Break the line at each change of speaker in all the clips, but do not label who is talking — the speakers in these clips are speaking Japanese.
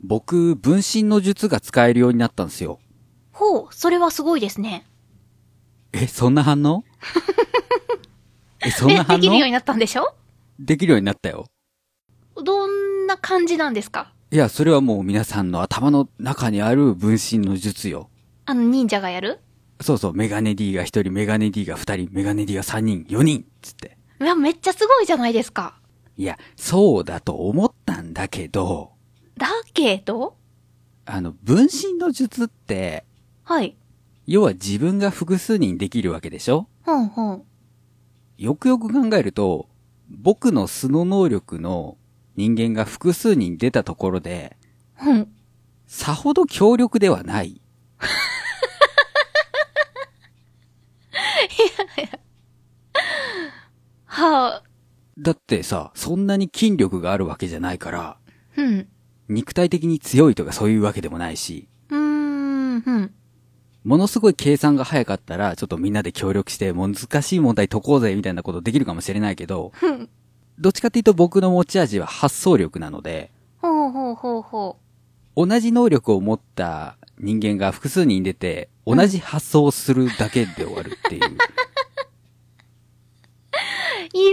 僕、分身の術が使えるようになったんですよ。
ほう、それはすごいですね。
え、そんな反 応え、そん
で
な、反応
できるようになったんでしょ
できるようになったよ。
どんな感じなんですか
いや、それはもう皆さんの頭の中にある分身の術よ。
あの、忍者がやる
そうそう、メガネ D が1人、メガネ D が2人、メガネ D が3人、4人、つって。
いや、めっちゃすごいじゃないですか。
いや、そうだと思ったんだけど、
だけど
あの、分身の術って、
はい。
要は自分が複数人できるわけでしょ
ほんほん。
よくよく考えると、僕の素の能力の人間が複数人出たところで、
ほん。
さほど強力ではない。
はあ、
だってさ、そんなに筋力があるわけじゃないから、
うん。う
肉体的に強いとかそういうわけでもないし、
ーん、うん。
ものすごい計算が早かったら、ちょっとみんなで協力して、もう難しい問題解こうぜみたいなことできるかもしれないけど、
ふん。
どっちかっていうと僕の持ち味は発想力なので、
ほうほうほうほ
同じ能力を持った人間が複数人出て、同じ発想をするだけで終わるって いう。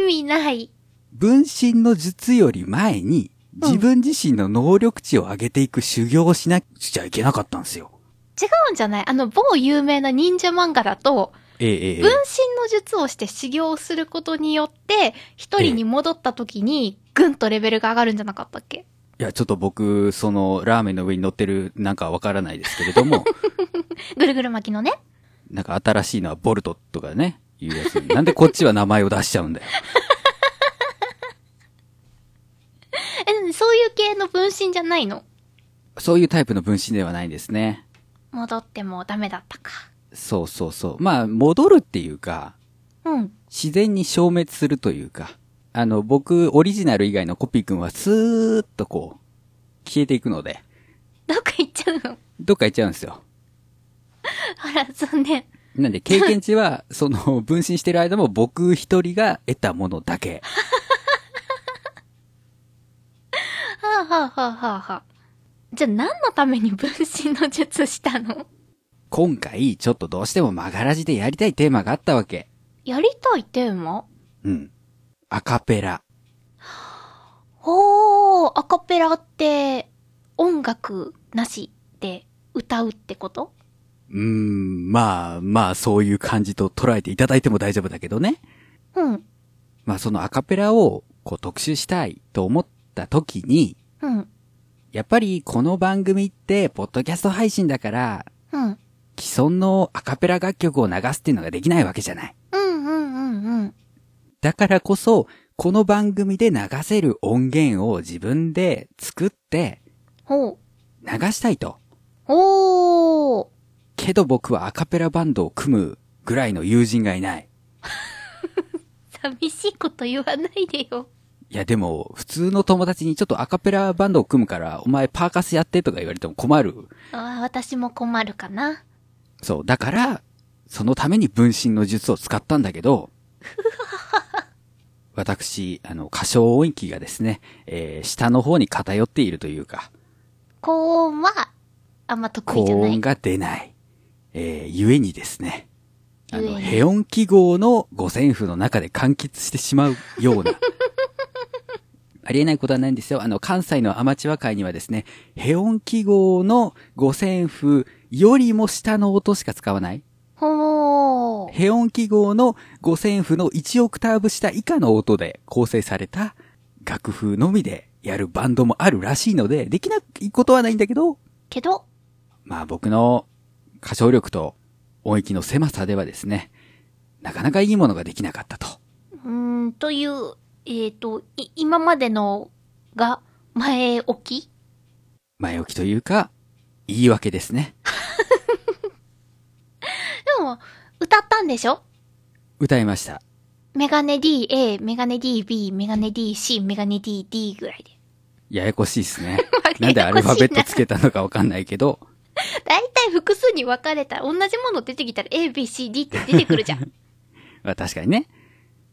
う。意味ない。
分身の術より前に、自分自身の能力値を上げていく修行をしなくちゃいけなかったんですよ。
違うんじゃないあの、某有名な忍者漫画だと、
ええええええ
分身の術をして修行することによって、一人に戻った時に、ぐんとレベルが上がるんじゃなかったっけ
いや、ちょっと僕、その、ラーメンの上に乗ってるなんかわからないですけれど も、
ぐるぐる巻きのね。
なんか新しいのはボルトとかね、いうやつ。なんでこっちは名前を出しちゃうんだよ。
え、なんでそういう系の分身じゃないの
そういうタイプの分身ではないんですね。
戻ってもダメだったか。
そうそうそう。まあ、戻るっていうか、
うん。
自然に消滅するというか、あの、僕、オリジナル以外のコピーくんはスーッとこう、消えていくので、
どっか行っちゃうの。
どっか行っちゃうんですよ。
あら、残念。
なんで、経験値は、その、分身してる間も僕一人が得たものだけ。
はあはあはあはあはあ。じゃあ何のために分身の術したの
今回、ちょっとどうしても曲がらじでやりたいテーマがあったわけ。
やりたいテーマ
うん。アカペラ。
ほー、アカペラって、音楽なしで歌うってこと
うーん、まあ、まあ、そういう感じと捉えていただいても大丈夫だけどね。
うん、
まあ、そのアカペラを、こう、特集したいと思った時に、
うん、
やっぱりこの番組って、ポッドキャスト配信だから、
うん、
既存のアカペラ楽曲を流すっていうのができないわけじゃない。
うん、うん、うん、うん。
だからこそ、この番組で流せる音源を自分で作って
ほう、
流したいと。
ほー、
けど僕はアカペラバンドを組むぐらいの友人がいない。
寂しいこと言わないでよ。
いやでも、普通の友達にちょっとアカペラバンドを組むから、お前パーカスやってとか言われても困る。
あー私も困るかな。
そう、だから、そのために分身の術を使ったんだけ ど、私、あの、歌唱音域がですね、えー下の方に偏っているというか、
高音は、あんま得
高
意じゃない
音。が出ない。えー、ゆえにですね、あ
ゆえ
の、
に
ヘオン記号の五線譜の中で完結してしまうよう な、ありえないことはないんですよ。あの、関西のアマチュア界にはですね、ヘオン記号の五線譜よりも下の音しか使わない。
ほー。
ヘオン記号の五線譜の1オクターブ下以下の音で構成された楽譜のみでやるバンドもあるらしいので、できないことはないんだけど、
けど、
まあ僕の歌唱力と音域の狭さではですね、なかなかいいものができなかったと。
うーん、という、えっ、と、い、今までのが前置き
前置きというか、言い訳ですね。
でも、歌ったんでしょ
歌いました。
メガネ DA、メガネ DB、メガネ DC、メガネ DD ぐらいで。。
や やこしいですねなんでアルファベットつけたのかわかんないけど、
だいたい複数に分かれたら、同じもの出てきたら A、B、C、D って出てくるじ ゃん。
まあ確かにね。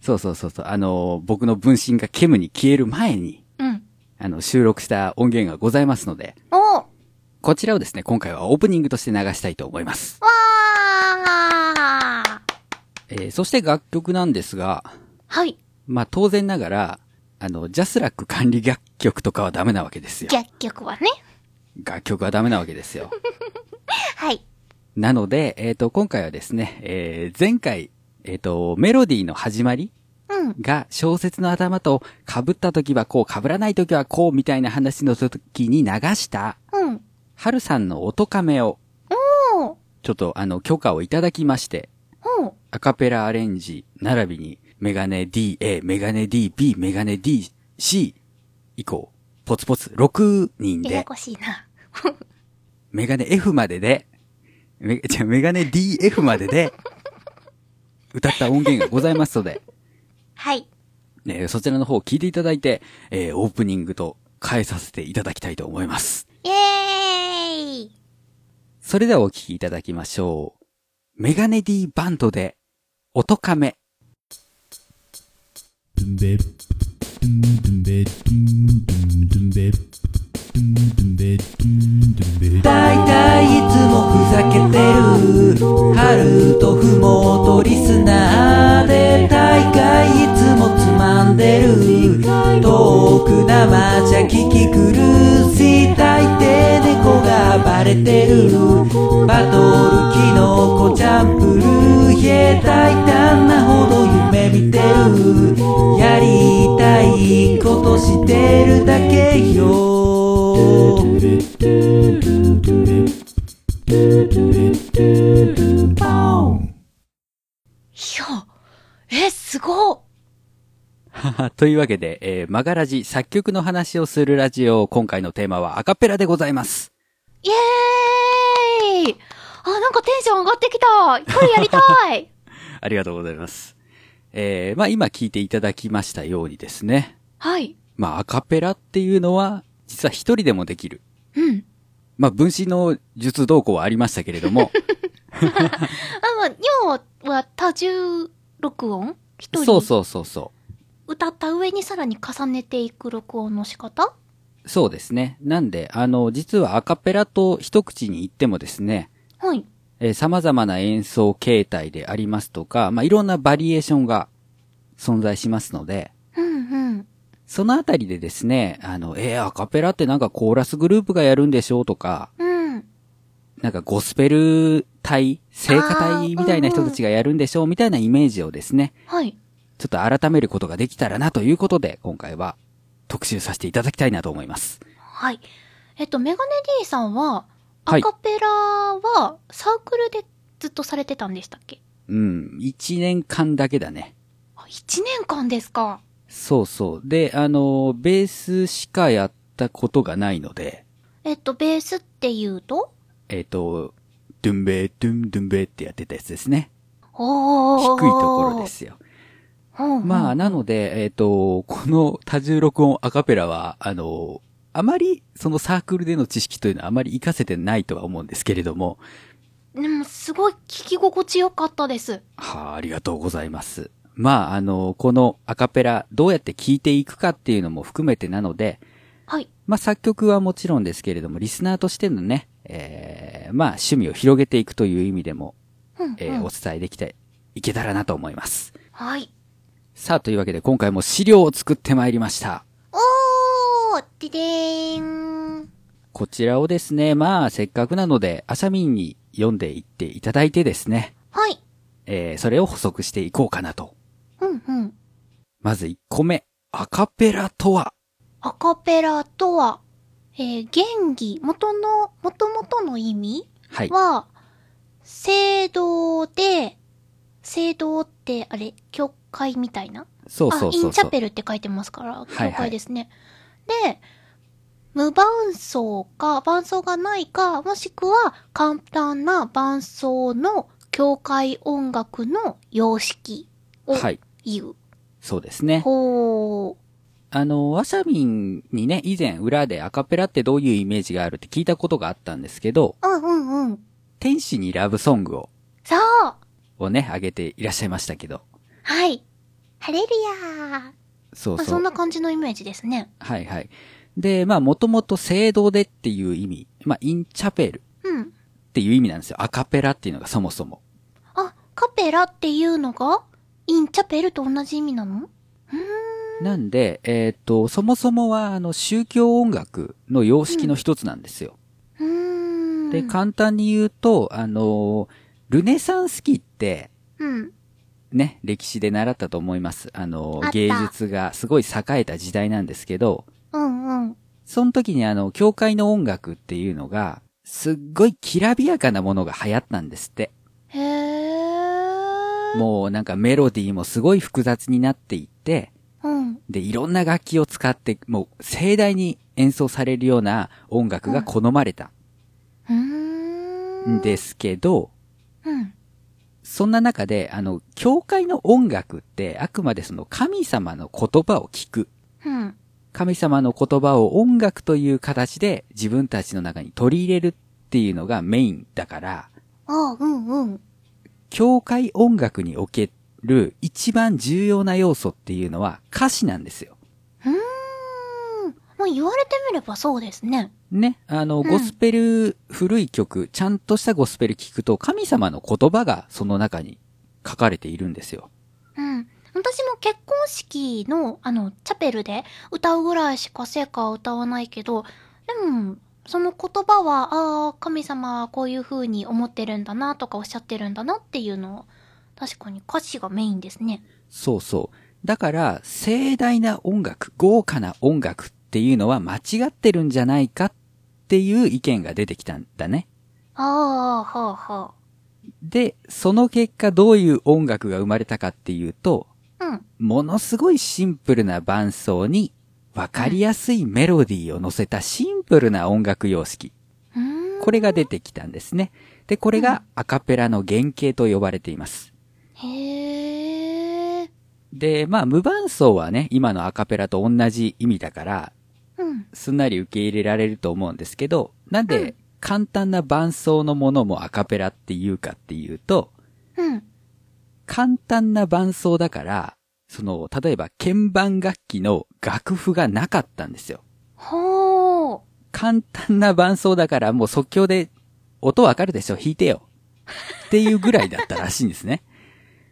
そうそうそうそう。あのー僕の分身がケムに消える前に、
うん。
あの、収録した音源がございますので、
おわ
こちらをですね、今回はオープニングとして流したいと思います。
ー
えーそして楽曲なんですが、
はい。
まあ、当然ながら、あの、ジャスラック管理楽曲とかはダメなわけですよ。
逆曲はね。
楽曲はダメなわけですよ。
はい。
なので、えっ、と、今回はですね、えー前回、えっ、と、メロディーの始まり
うん。
が小説の頭と被った時はこう、被らない時はこうみたいな話の時に流した、
うん。
はるさんの音亀を、
おー。
ちょっとあの、許可をいただきまして、
おー。
アカペラアレンジ、並びに、メガネ DA、メガネ DB、メガネ DC 以降、ポツポツ6人
やや
で、
こしいな。
メガネ F までで、メじゃあメガネ DF までで、歌った音源がございますので、
はい。
ね、そちらの方を聞いていただいて、えーオープニングと変えさせていただきたいと思います。
イエーイ
それではお聞きいただきましょう。メガネ D バンドで、音亀。
Dumbed, dum dumbed, dum dum dumbed, dum dumbed, dum dumbed.
大体いつもふざけてる春とふもとリスナーで大概いつもつまんでる遠く生じゃ聞き苦しい大抵猫が暴れてるバトルキノコチャンプルーイエ大胆なほど夢見てるやりたいことしてるだけよ Boom.
いや、え、すごっ
はは というわけで、えー、マガラジ作曲の話をするラジオ、今回のテーマはアカペラでございます。
イエーイあ、なんかテンション上がってきたこれやりた い
ありがとうございます。えー、まあ今聞いていただきましたようにですね、
はい。
まあアカペラっていうのは、実は一人でもできる。
うん。
まあ分子の術動向はありましたけれども、
あ、まあ、要は多重録音 一人
そうそうそうそう。
歌った上にさらに重ねていく録音の仕方
そうですね。なんで、あの、実はアカペラと一口に言ってもですね、
はい。
えー様々な演奏形態でありますとか、まあ、いろんなバリエーションが存在しますので、
うんうん。
そのあたりでですね、あの、えーアカペラってなんかコーラスグループがやるんでしょうとか、
うん。
なんかゴスペル隊、聖歌隊みたいな人たちがやるんでしょうみたいなイメージをですね、
はい。
ちょっと改めることができたらなということで、今回は特集させていただきたいなと思います。
はい。えっと、メガネ D さんは、
は
ア
い
カペラはサークルでずっとされてたんでしたっけ、
うん、一年間だけだね。
あ、1年間ですか。
そうそう。で、あの、ベースしかやったことがないので、
えっと、ベースっていうと
えっ、と、ドゥンベー、ドゥン、ドゥンベーってやってたやつですね。
お
低い
ー。
ところで。すよ。
うんうん、
まあ、なので、えっ、と、この多重録音アカペラは、あの、あまり、そのサークルでの知識というのはあまり活かせてないとは思うんですけれども、
でも、すごい聞き心地よかったです。
はあ、ありがとうございます。まあ、あの、このアカペラ、どうやって聴いていくかっていうのも含めてなので、
はい。
まあ、作曲はもちろんですけれども、リスナーとしてのね、えーまあ、趣味を広げていくという意味でも、
うん、うん
えーお伝えできていけたらなと思います。
はい。
さあ、というわけで今回も資料を作ってまいりました。
おーででーん。
こちらをですね、まあ、せっかくなので、アシャミンに読んでいっていただいてですね、
はい。
えーそれを補足していこうかなと。
うんうん。
まず1個目、アカペラとは
アカペラとは、えー、原義、元の、元々の意味
はい。
は、聖堂で、聖堂って、あれ、教会みたいな
そうそう
あ、イ
そ
ン
う
チ
そ
ャ
う
ペ。ルって書いてますから、
いはい
教会ですね。で、無伴奏か、伴奏がないか、もしくは簡単な伴奏の教会音楽の様式を
はい。
言う。
そうですね。
ほ
あの、アシャミンにね、以前裏でアカペラってどういうイメージがあるって聞いたことがあったんですけど、
う。うんうんうん。
天使にラブソングを、
そう
をね、あげていらっしゃいましたけど。
はい。ハレルヤー。
そう
まあ
そ
そん
う。
な感じのイメージですね。
はいはい。で、まあ、もともと聖堂でっていう意味、まあ、インチャペル
うん。
っていう意味なんですよ。アカペラっていうのがそもそも。
あ、カペラっていうのが、インチャペルと同じ意味なの
なんで、えーっと、そもそもは、あの、宗教音楽の様式の一つなんですよ。
うーん。
で、簡単に言うと、あの、ルネサンス期って、
うん。
ね、歴史で習ったと思います。あの
あっ、た
芸術がすごい栄えた時代なんですけど、
うんうん。
その時にあの、教会の音楽っていうのが、すっごいきらびやかなものが流行ったんですって。
へー。
もうなんかメロディーもすごい複雑になっていって、
うん。
で、いろんな楽器を使って、もう盛大に演奏されるような音楽が好まれた
うーん。
んですけど、
うん。
そんな中で、あの、教会の音楽ってあくまでその神様の言葉を聞く。
うん。
神様の言葉を音楽という形で自分たちの中に取り入れるっていうのがメインだから、
あ、うんうん。
教会音楽における一番重要な要素っていうのは歌詞なんですよ。
うーん。まあ、言われてみればそうですね。
ね。あの、
ん
ゴスペル、古い曲、ちゃんとしたゴスペル聞くと神様の言葉がその中に書かれているんですよ。
うん。私も結婚式の、あの、チャペルで歌うぐらいしか聖歌は歌わないけど、でも、その言葉は、ああ、神様はこういう風に思ってるんだなとかおっしゃってるんだなっていうのを、確かに歌詞がメインですね。
そうそう。だから、盛大な音楽、豪華な音楽っていうのは間違ってるんじゃないかっていう意見が出てきたんだね。
ああ、はあ、は
で、その結果どういう音楽が生まれたかっていうと、
あ。うん。
ものすごいシンプルな伴奏に、わかりやすいメロディーを乗せたシンプルな音楽様式。
うーん。
これが出てきたんですね。で、これがアカペラの原型と呼ばれています。
へえ。
で、まあ、無伴奏はね、今のアカペラと同じ意味だから、
うん。
すんなり受け入れられると思うんですけど、なん
う
で
ん
簡単な伴奏のものもアカペラっていうかっていうと、
うん。
簡単な伴奏だから、その、例えば鍵盤楽器の楽譜がなかったんですよ。
ほう。
簡単な伴奏だからもう即興で音わかるでしょ弾いてよ。っていうぐらいだったらしいんですね。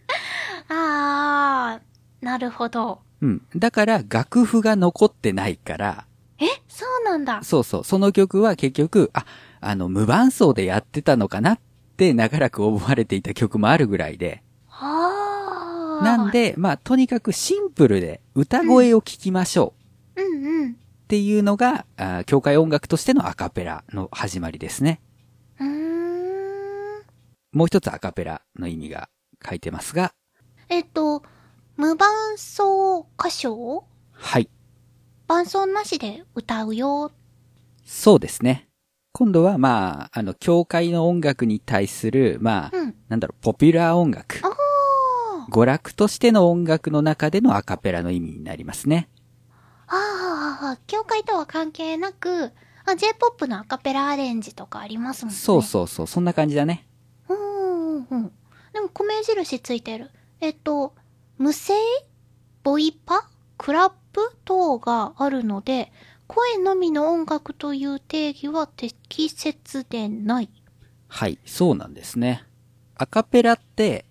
ああ、なるほど。
うん。だから楽譜が残ってないから、
え、そうなんだ。
そうそう、その曲は結局、あ、あの、無伴奏でやってたのかなって長らく思われていた曲もあるぐらいで。
はあ。
なん。で、まあ、とにかくシンプルで歌声を聴きましょう
うんうん。
っていうのが、あー教会音楽としてのアカペラの始まりですね。
うーん。
もう一つアカペラの意味が書いてますが、
えっと、無伴奏歌唱
はい。
伴奏なしで歌うよ。
そうですね。今度は、まあ、あの、教会の音楽に対する、まあ、
うん。
なんだろう、ポピュラー音楽。
ああ。
娯楽としての音楽の中でのアカペラの意味になりますね。
ああ、教会とは関係なく、あ、J-POP のアカペラアレンジとかありますもんね。
そうそうそう、そんな感じだね。
う。うんうんうん。でも米印ついてる。えっと、無声ボイパクラップ等があるので、声のみの音楽という定義は適切でない。
はい、そうなんですね。アカペラって、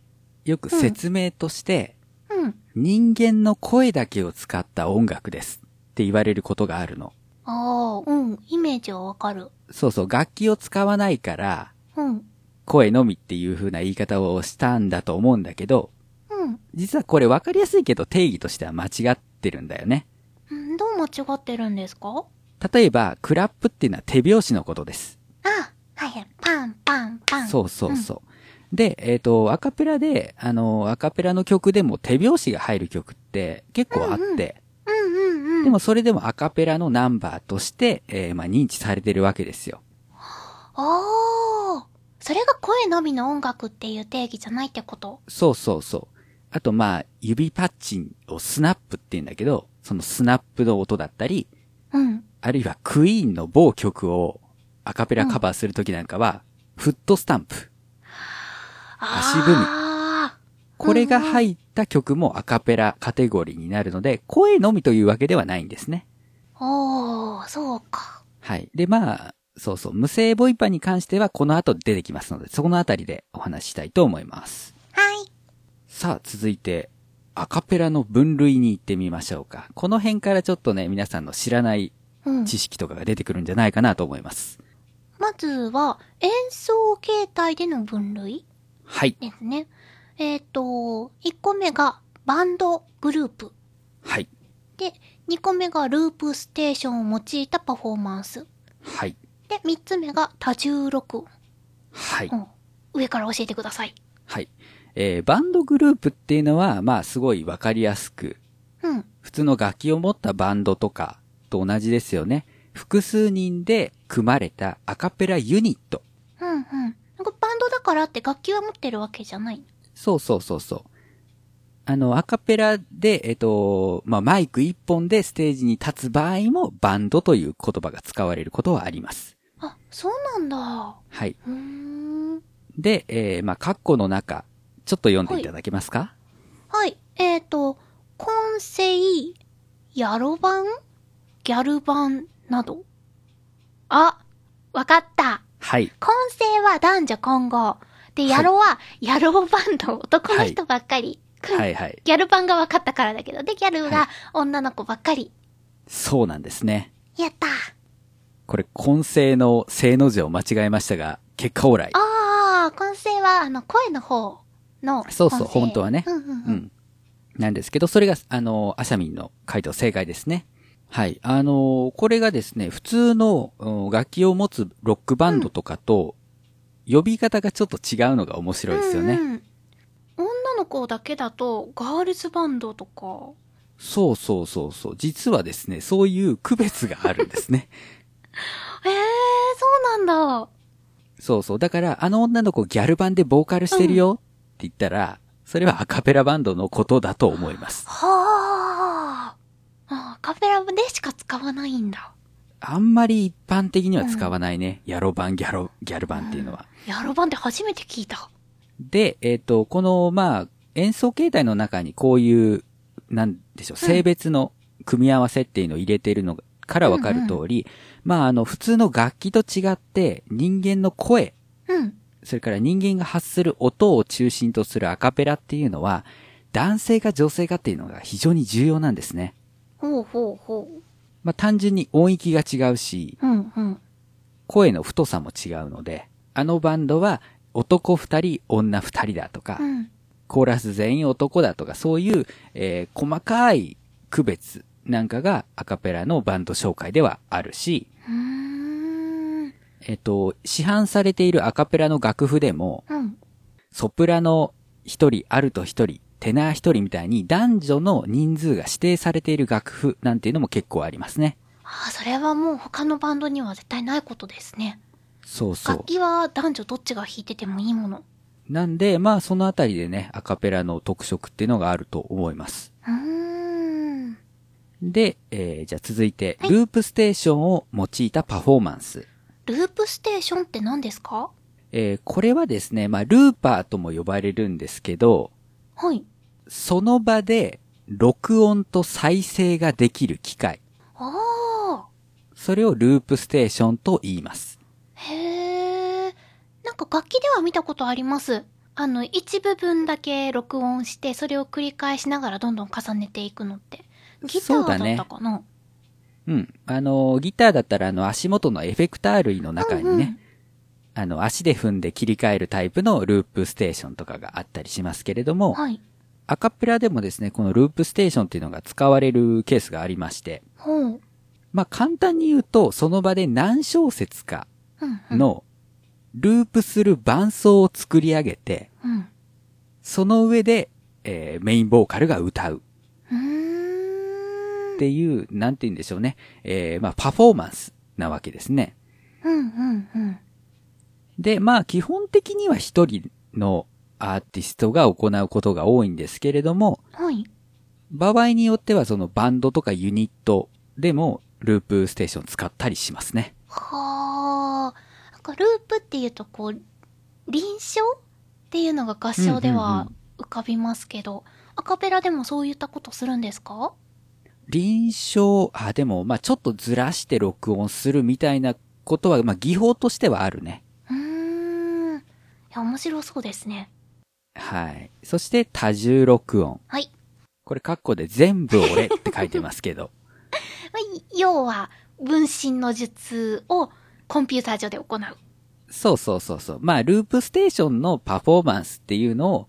よく説明として、
うん。
人間の声だけを使った音楽ですって言われることがあるの。
ああ、うん。イメージはわかる。
そうそう、楽器を使わないから、
うん。
声のみっていう風な言い方をしたんだと思うんだけど、
うん
実はこれ分かりやすいけど定義としては間違ってるんだよね。
うん。どう間違ってるんですか
例えば、クラップっていうのは手拍子のことです。
あ、はいはい。パン、パン、パン。
そうそうそう。で、えっ、と、アカペラで、あの、アカペラの曲でも手拍子が入る曲って結構あって、
うんうんうんうん。
でもそれでもアカペラのナンバーとして、えーまあ認知されてるわけですよ。
ああ、それが声のみの音楽っていう定義じゃないってこと。
そうそうそう。あとまあ、指パッチンをスナップって言うんだけど、そのスナップの音だったり、
うん。
あるいはクイーンの某曲をアカペラカバーするときなんかは、フットスタンプ。足踏み
あ
これが入った曲もアカペラカテゴリーになるので、声のみというわけではないんですね。
ーおー、そうか。
はい。で、まあ、そうそう、無声ボイパに関してはこの後出てきますので、そこのあたりでお話ししたいと思います。
はい。
さあ、続いて、アカペラの分類に行ってみましょうか。この辺からちょっとね、皆さんの知らない
うん。
知識とかが出てくるんじゃないかなと思います。
まずは、演奏形態での分類
はい。
ですね。えっ、と、1個目がバンドグループ。
はい。
で、2個目がループステーションを用いたパフォーマンス。
はい。
で、3つ目が多重録音。
はい。
うん上から教えてください。
はい。えーバンドグループっていうのは、まあ、すごいわかりやすく、
うん。
普通の楽器を持ったバンドとかと同じですよね。複数人で組まれたアカペラユニット。
うんうん。なんかバンドだからって楽器は持ってるわけじゃない。
そうそうそうそう。あの、アカペラで、えっと、まあ、マイク一本でステージに立つ場合も、バンドという言葉が使われることはあります。
あ、そうなんだ。
はい。
うーん。
で、えーまあ、括弧の中、ちょっと読んでいただけますか
はい。えっ、ー、と、コンセイ、ヤロ版ギャル版など。あ、わかった。
はい。
コンセイは男女混合。で、
い
ヤロは、ヤロバンド、男の人ばっかり。
は
はい、
いはい。
ギャル版がわかったからだけど。で、ギャル
は
が女の子ばっかり。
そうなんですね。
やった
これ、混声の正の字を間違えましたが、結果オーライ。
ああ、混声は、あの、声の方の。
そうそう
混声
本当はね
うんうんうん。
うん。なんですけど、それが、あの、アシャミンの回答正解ですね。はい。あの、これがですね、普通のうん楽器を持つロックバンドとかと、呼び方がちょっと違うのが面白いですよね。
うんうん女の子だけだと、ガールズバンドとか。
そうそうそうそう。実はですね、そういう区別があるんですね。
ええそうなんだ。
そうそう。だから、あの女の子ギャル版でボーカルしてるよって言ったら、それはアカペラバンドのことだと思います。
はあ。あカペラでしか使わないんだ。
あんまり一般的には使わないね。ヤロ版、ギャロ、ギャル版っていうのは。
ヤロバンって初めて聞いた。
で、えっ、と、この、まあ、演奏形態の中にこういう、なんでしょう、
うん
性別の組み合わせっていうのを入れているのからわかる通り、まあ、あの、普通の楽器と違って、人間の声、
うん。
それから人間が発する音を中心とするアカペラっていうのは、男性か女性かっていうのが非常に重要なんですね。
ほうほうほ
まあ、単純に音域が違うし、
う。うんうん。
声の太さも違うので、あのバンドは男二人、女二人だとか
う、ん。
コーラス全員男だとか、そういう、えー細かい区別なんかがアカペラのバンド紹介ではあるし、
うーん。
えっ、と、市販されているアカペラの楽譜でも、
うん。
ソプラノ一人、アルト一人、テナー一人みたいに男女の人数が指定されている楽譜なんていうのも結構ありますね。
ああ、それはもう他のバンドには絶対ないことですね。
そうそ
楽
う。
器は男女どっちが弾いててもいいもの。
なんで、まあそのあたりでね、アカペラの特色っていうのがあると思います。
うーん。
で、えーじゃあ続いて、
はい
ループステーションを用いたパフォーマンス。
ループステーションって何ですか
えーこれはですね、まあ、ルーパーとも呼ばれるんですけど、
はい。
その場で録音と再生ができる機械。
ああ。
それをループステーションと言います。
へえ。なんか楽器では見たことあります。あの、一部分だけ録音して、それを繰り返しながらどんどん重ねていくのって。ギタ
そう
ーだ
だ
っ
ね
たかな
うん。あのー、ギターだったらあの足元のエフェクター類の中にね、
うんうん
あの足で踏んで切り替えるタイプのループステーションとかがあったりしますけれども、
はい。
アカペラでもですね、このループステーションっていうのが使われるケースがありまして、
ほう。うん
まあ簡単に言うと、その場で何小節か
うん。
のループする伴奏を作り上げて、
うん。
その上で、えーメインボーカルが歌う
うー
っ
ん。
ていう、なんて言うんでしょうね。えーまあパフォーマンスなわけですね。
うんうんうん。
で、まあ基本的には一人のアーティストが行うことが多いんですけれども、
はい。
場合によってはそのバンドとかユニットでもループステーション使ったりしますね。
はあ。なんかループっていうとこう、臨床っていうのが合唱で
うんうん
は浮かびますけど、アカペラでもそういったことするんですか
臨床、あ、でも、まあちょっとずらして録音するみたいなことは、まあ技法としてはあるね。
うーん。いや、面白そうですね。
はい。そして、多重録音。
はい。
これ、カッコで全部俺って書いてますけど。
まあい要は、分身の術をコンピューター上で行う。
そうそうそうそう。まあ、ループステーションのパフォーマンスっていうのを、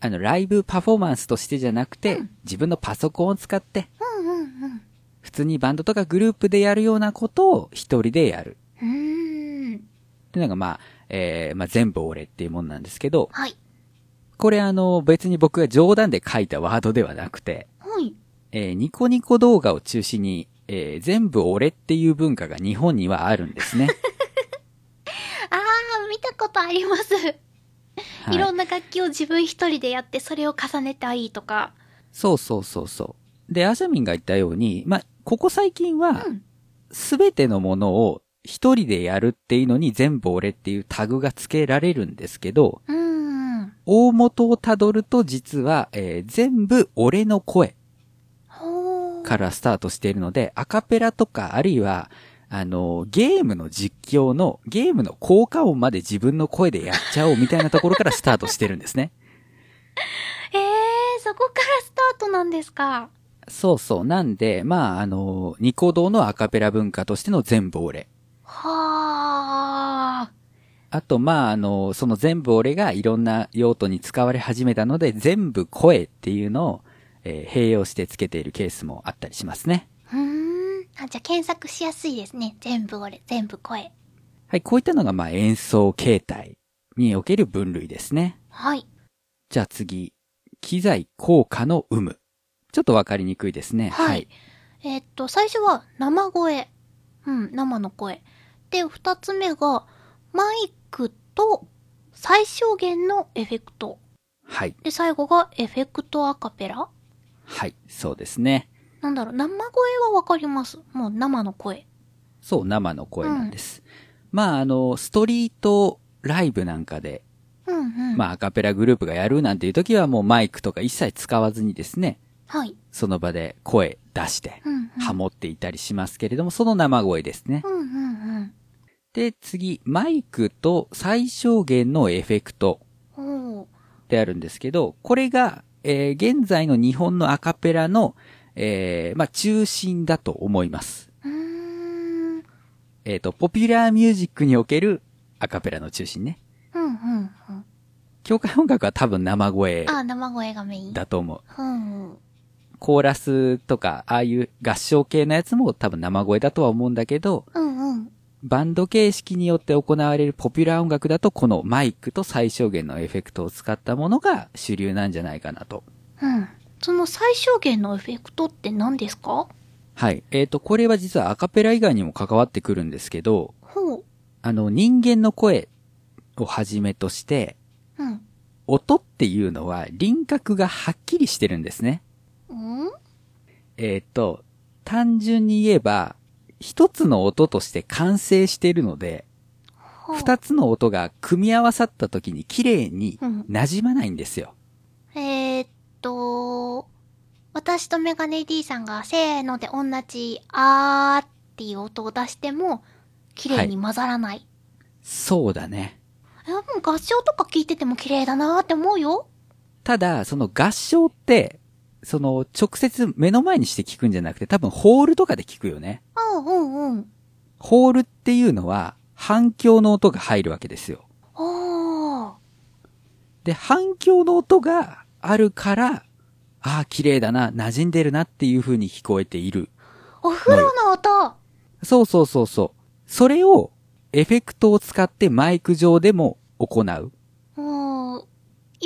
あの、ライブパフォーマンスとしてじゃなくて、自分のパソコンを使って、
うんうんうん。
普通にバンドとかグループでやるようなことを一人でやる。
うーん。
っていうのが、まあ、えー、まあ、全部俺っていうもんなんですけど、
はい。
これあの、別に僕が冗談で書いたワードではなくて、
はい。
えーニコニコ動画を中心に、えー全部俺っていう文化が日本にはあるんですね。
あー、見たことあります。、
はい
ろんな楽器を自分一人でやって、それを重ねたいとか。
そうそうそうそう。で、アジャミンが言ったように、まあ、ここ最近は
うん、
すべてのものを一人でやるっていうのに全部俺っていうタグが付けられるんですけど、
うーん。
大元をたどると実は、えー全部俺の声
ほー。
からスタートしているので、アカペラとかあるいは、あの、ゲームの実況の、ゲームの効果音まで自分の声でやっちゃおうみたいなところからスタートしてるんですね。
えー、そこからスタートなんですか。
そうそう。なんで、まあ、あの、ニコ動のアカペラ文化としての全部俺。
は
あと、まあ、あの、その全部俺がいろんな用途に使われ始めたので、全部声っていうのを、えー併用してつけているケースもあったりしますね。
ー。うーん。あ、じゃあ検索しやすいですね。全部俺、全部声。
はい、こういったのが、まあ、演奏形態における分類ですね。
はい。
じゃあ次。機材効果の有無。ちょっとわかりにくいですね。
はい。。えーっと、最初は生声。うん、生の声。で、二つ目が、マイクと最小限のエフェクト。
はい。
で、最後がエフェクトアカペラ
はい。そうですね。
なんだろう、生声はわかります。もう生の声。
そう、生の声なんです。まあ、あの、ストリートライブなんかで、
うんうん。
まあ、アカペラグループがやるなんていう時はもうマイクとか一切使わずにですね、
はい。
その場で声出して
う、んうん。
ハモっていたりしますけれども、その生声ですね。
うんうん
で、次、マイクと最小限のエフェクト
うん。おー。
ってあるんですけど、これが、えー現在の日本のアカペラの、えーまあ、中心だと思います。
うーん。
えっ、と、ポピュラーミュージックにおけるアカペラの中心ね。
うんうんうん。
教会音楽は多分生声
あ、生声がメイン。
だと思う。
うんうん。
コーラスとか、ああいう合唱系のやつも多分生声だとは思うんだけど、
うんうん。
バンド形式によって行われるポピュラー音楽だと、このマイクと最小限のエフェクトを使ったものが主流なんじゃないかなと。
うん。その最小限のエフェクトって何ですか
はい。えっ、と、これは実はアカペラ以外にも関わってくるんですけど、
ほう。
あの、人間の声をはじめとして、
うん。
音っていうのは輪郭がはっきりしてるんですね。
うん
えっ、と、単純に言えば、一つの音として完成しているので、二つの音が組み合わさった時に綺麗に馴染まないんですよ。
えーっと、私とメガネ D さんがせーので同じあーっていう音を出しても、綺麗に混ざらない。
そうだね。
い、や、もう合唱とか聞いてても綺麗だなーって思うよ。
ただ、その合唱って、その直接目の前にして聞くんじゃなくて多分ホールとかで聞くよね。
うんうんうん。
ホールっていうのは反響の音が入るわけですよ。
おー。
で、反響の音があるから、ああ、綺麗だな、馴染んでるなっていう風に聞こえている。
お風呂の音
そうそうそうそう。それをエフェクトを使ってマイク上でも行う。
もう、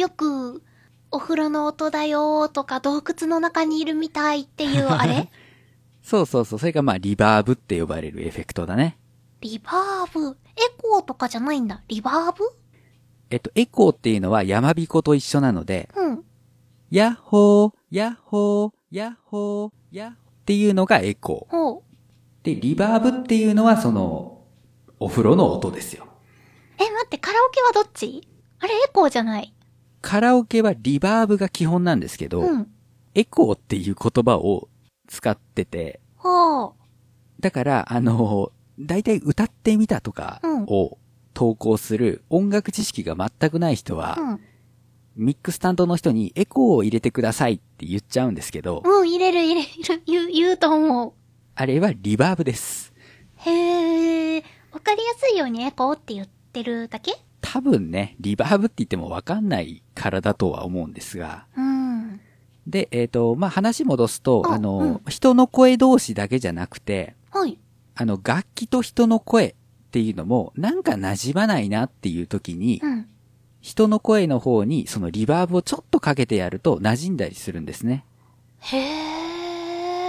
よく、お風呂の音だよーとか、洞窟の中にいるみたいっていう、あ れ
そうそうそう。それがまあリバーブって呼ばれるエフェクトだね。
リバーブ。エコーとかじゃないんだ。リバーブ
えっと、エコーっていうのは山彦と一緒なので、
うん。
ヤッホー、ヤッホー、ヤッホー、ヤッホーっていうのがエコ
ほう。
ー。で、リバーブっていうのはその、お風呂の音ですよ。
え、待って、カラオケはどっちあれ、エコーじゃない。
カラオケはリバーブが基本なんですけど、
うん。
エコーっていう言葉を使ってて、
ほ
だから、あの、大体歌ってみたとか
うん
を投稿する音楽知識が全くない人は
う。う、ん。
ミックス担当の人にエコーを入れてくださいって言っちゃうんですけど、
うん、入れる入れる。言う、言うと思う。
あれはリバーブです。
へえ。わかりやすいようにエコーって言ってるだけ
多分ね、リバーブって言ってもわかんないからだとは思うんですが、
うん。
で、えっ、と、まあ、話戻すと、
あ
あの、
うん
人の声同士だけじゃなくて、
はい。
あの、楽器と人の声っていうのも、なんか馴染まないなっていう時に、
うん。
人の声の方にそのリバーブをちょっとかけてやると馴染んだりするんですね。
へ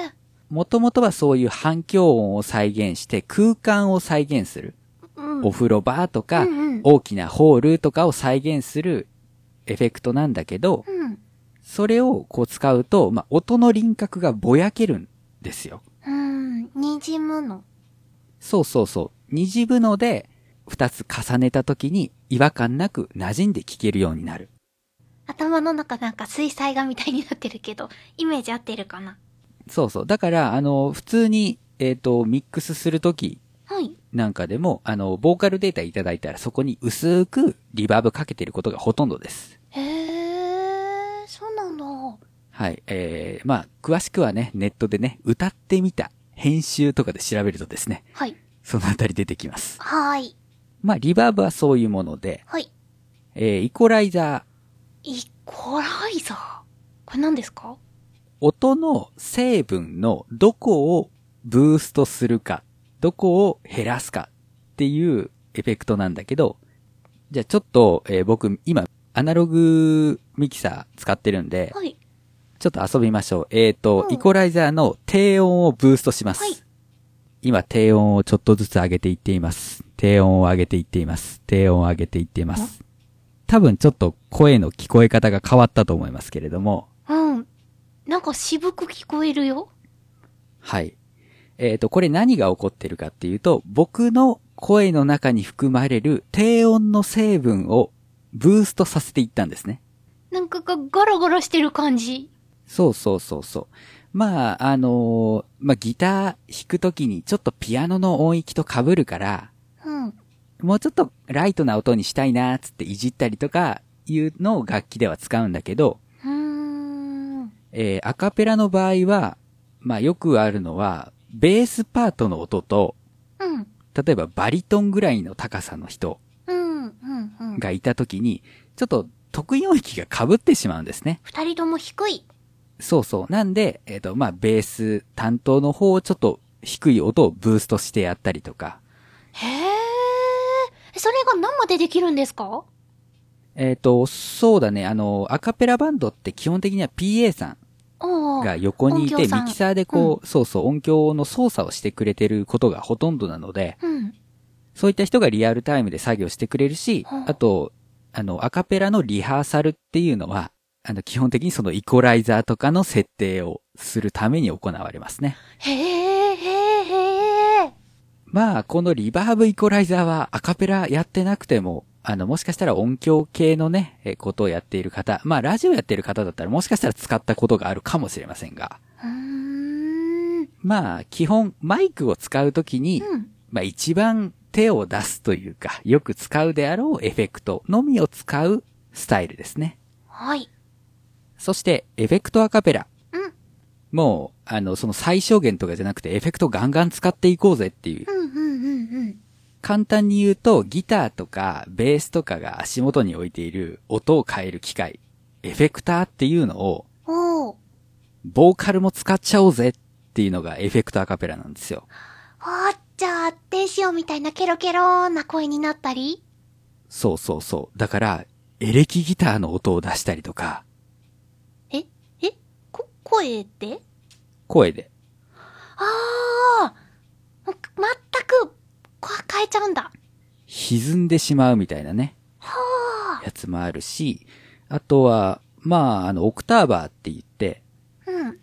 え。
もともとはそういう反響音を再現して空間を再現する。
うん。
お風呂場とか、
うんうん
大きなホールとかを再現するエフェクトなんだけど、
うん。
それをこう使うと、まあ、音の輪郭がぼやけるんですよ。
うん。にじむの。
そうそうそう。二次部ので、二つ重ねた時に違和感なく馴染んで聴けるようになる。
頭の中なんか水彩画みたいになってるけど、イメージ合ってるかな
そうそう。だから、あの、普通に、えっ、と、ミックスする時
はい。
なんかでも、あの、ボーカルデータいただいたらそこに薄くリバーブかけてることがほとんどです。
へえ、そうなんだ。
はい。えー、まあ、詳しくはね、ネットでね、歌ってみた、編集とかで調べるとですね、
はい。
そのあたり出てきます。
はーい。
まあ、リバーブはそういうもので、
はい。
えー、イコライザー、
イコライザー。これ何ですか
音の成分のどこをブーストするか、どこを減らすかっていうエフェクトなんだけど、じゃあちょっと、えー僕、今、アナログミキサー使ってるんで、
はい。
ちょっと遊びましょう。えっ、と、
うん
イコライザーの低音をブーストします。
はい
今、低音をちょっとずつ上げていっています。低音を上げていっています。低音を上げていっています。多分ちょっと声の聞こえ方が変わったと思いますけれども、
うん。なんか渋く聞こえるよ。
はい。えっ、と、これ何が起こってるかっていうと、僕の声の中に含まれる低音の成分をブーストさせていったんですね。
なんかがガラガラしてる感じ。
そうそうそうそう。まあ、あのーまあ、ギター弾くときにちょっとピアノの音域と被るから、
うん。
もうちょっとライトな音にしたいなーっつっていじったりとかいうのを楽器では使うんだけど、
うーん。
えーアカペラの場合は、まあ、よくあるのは、ベースパートの音と、
うん。
例えばバリトンぐらいの高さの人
うん。うん。うん。
がいたときに、ちょっと得意音域が被ってしまうんですね。
二人とも低い。
そうそう。なんで、えっ、と、まあ、ベース担当の方をちょっと低い音をブーストしてやったりとか、
へえ。それが生でできるんですか
えっ、と、そうだね、あの、アカペラバンドって基本的には PA さん
お
が
ー。
横にいて、
音響
ミ
さん
キサーでこう、そうそう、音響の操作をしてくれてることがほとんどなので、
うん。
そういった人がリアルタイムで作業してくれるし
は、あ
あと、あの、アカペラのリハーサルっていうのは、あの、基本的にそのイコライザーとかの設定をするために行われますね。
へえ、へえ、へえ。
まあ、このリバーブイコライザーはアカペラやってなくても、あの、もしかしたら音響系のね、えことをやっている方、まあ、ラジオやっている方だったらもしかしたら使ったことがあるかもしれませんが、
うーん。
まあ、基本、マイクを使うときに、
うん。
まあ、一番手を出すというか、よく使うであろうエフェクトのみを使うスタイルですね。
はい。
そして、エフェクトアカペラ。
うん。
もう、あの、その最小限とかじゃなくて、エフェクトガンガン使っていこうぜっていう
うん、うん、うん、うん。
簡単に言うと、ギターとかベースとかが足元に置いている音を変える機械、エフェクターっていうのを、
おー。
ボーカルも使っちゃおうぜっていうのがエフェクトアカペラなんですよ。
あーじゃあ、天使音みたいなケロケローな声になったり
そうそうそう。だから、エレキギターの音を出したりとか、
ええこ、声で
声で。
あー。もう全く、こ変えちゃうんだ。
歪んでしまうみたいなね。やつもあるし、あとは、まあ、あの、オクターバーって言って、
うん。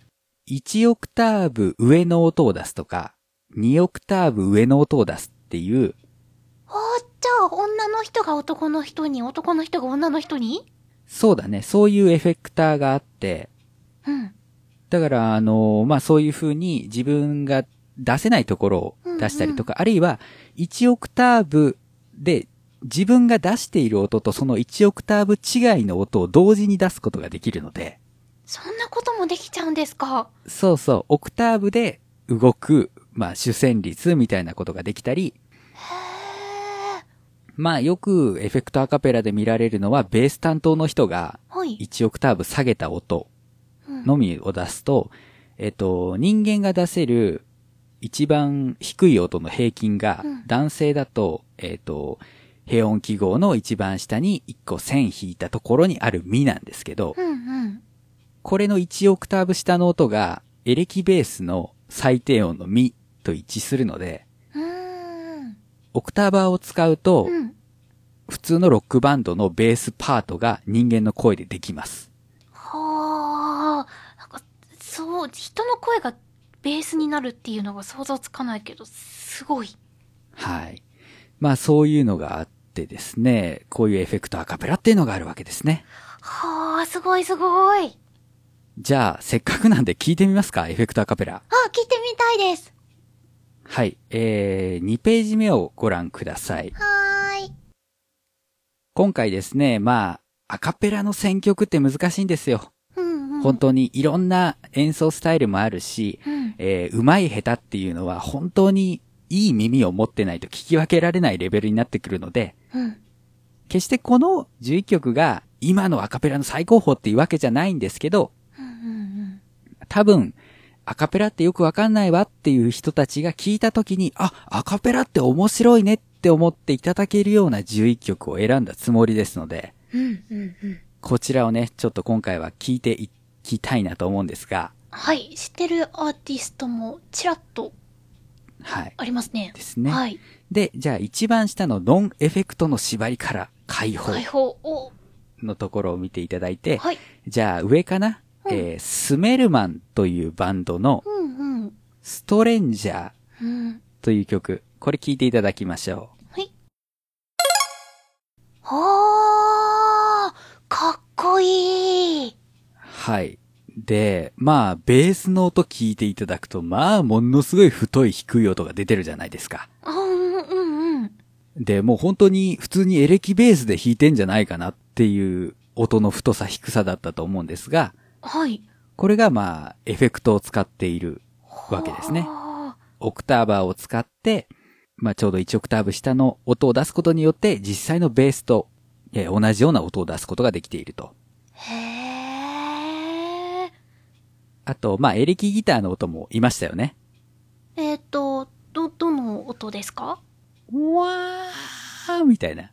1オクターブ上の音を出すとか、2オクターブ上の音を出すっていう、
あー、じゃあ、女の人が男の人に、男の人が女の人に
そうだね、そういうエフェクターがあって、
うん。
だから、あの、まあ、そういう風に自分が出せないところを出したりとか、あるいは1オクターブで自分が出している音とその1オクターブ違いの音を同時に出すことができるので、
そんなこともできちゃうんですか
そうそう、オクターブで動く、まあ、主旋律みたいなことができたり、まあ、よくエフェクトアカペラで見られるのは、ベース担当の人が
はい。
1オクターブ下げた音
うん
のみを出すと、えっと、人間が出せる一番低い音の平均が
うん、
男性だと、えっと、平音記号の一番下に1個線引いたところにあるミなんですけど、
うんうん。
これの1オクターブ下の音が、エレキベースの最低音のミと一致するので、
うーん。
オクターバーを使うと
う、ん。
普通のロックバンドのベースパートが人間の声でできます。
はあ。なんか、そう、人の声がベースになるっていうのが想像つかないけど、すごい。
はい。まあそういうのがあってですね、こういうエフェクトアカペラっていうのがあるわけですね。
はあ、すごいすごい。
じゃあ、せっかくなんで聞いてみますか、エフェクトアカペラ。
あ、聞いてみたいです。
はい。えー、2ページ目をご覧ください。
はーい。
今回ですね、まあ、アカペラの選曲って難しいんですよ。
うんうん。
本当にいろんな演奏スタイルもあるし、
うん。
えー、上手い下手っていうのは本当にいい耳を持ってないと聞き分けられないレベルになってくるので、
うん。
決してこの11曲が今のアカペラの最高峰っていうわけじゃないんですけど、
うんうん
多分、アカペラってよくわかんないわっていう人たちが聞いた時に、あ、アカペラって面白いねって思っていただけるような11曲を選んだつもりですので、
うん。うんうんうん。
こちらをね、ちょっと今回は聞いていきたいなと思うんですが、
はい。知ってるアーティストもちらっと
はい。
ありますね。
ですね。
はい。
で、じゃあ一番下のノンエフェクトの縛りから解放
解放を。
のところを見ていただいて、
はい。
じゃあ上かな、
うん
えースメルマンというバンドの
うんうん。
ストレンジャー
うん。
という曲、これ聴いていただきましょう。
はい。はあ、かっこいい。
はい。で、まあ、ベースの音聞いていただくと、まあ、ものすごい太い低い音が出てるじゃないですか。
あうんうんうん。
で、もう本当に普通にエレキベースで弾いてんじゃないかなっていう音の太さ低さだったと思うんですが、
はい。
これがまあ、エフェクトを使っているわけですね。
はあ
オクターバーを使って、まあちょうど1オクターブ下の音を出すことによって、実際のベースと、えー同じような音を出すことができていると。
へえ。
あと、まあエレキギターの音もいましたよね。
えっ、と、ど、どの音ですか
うわーみたいな。
あ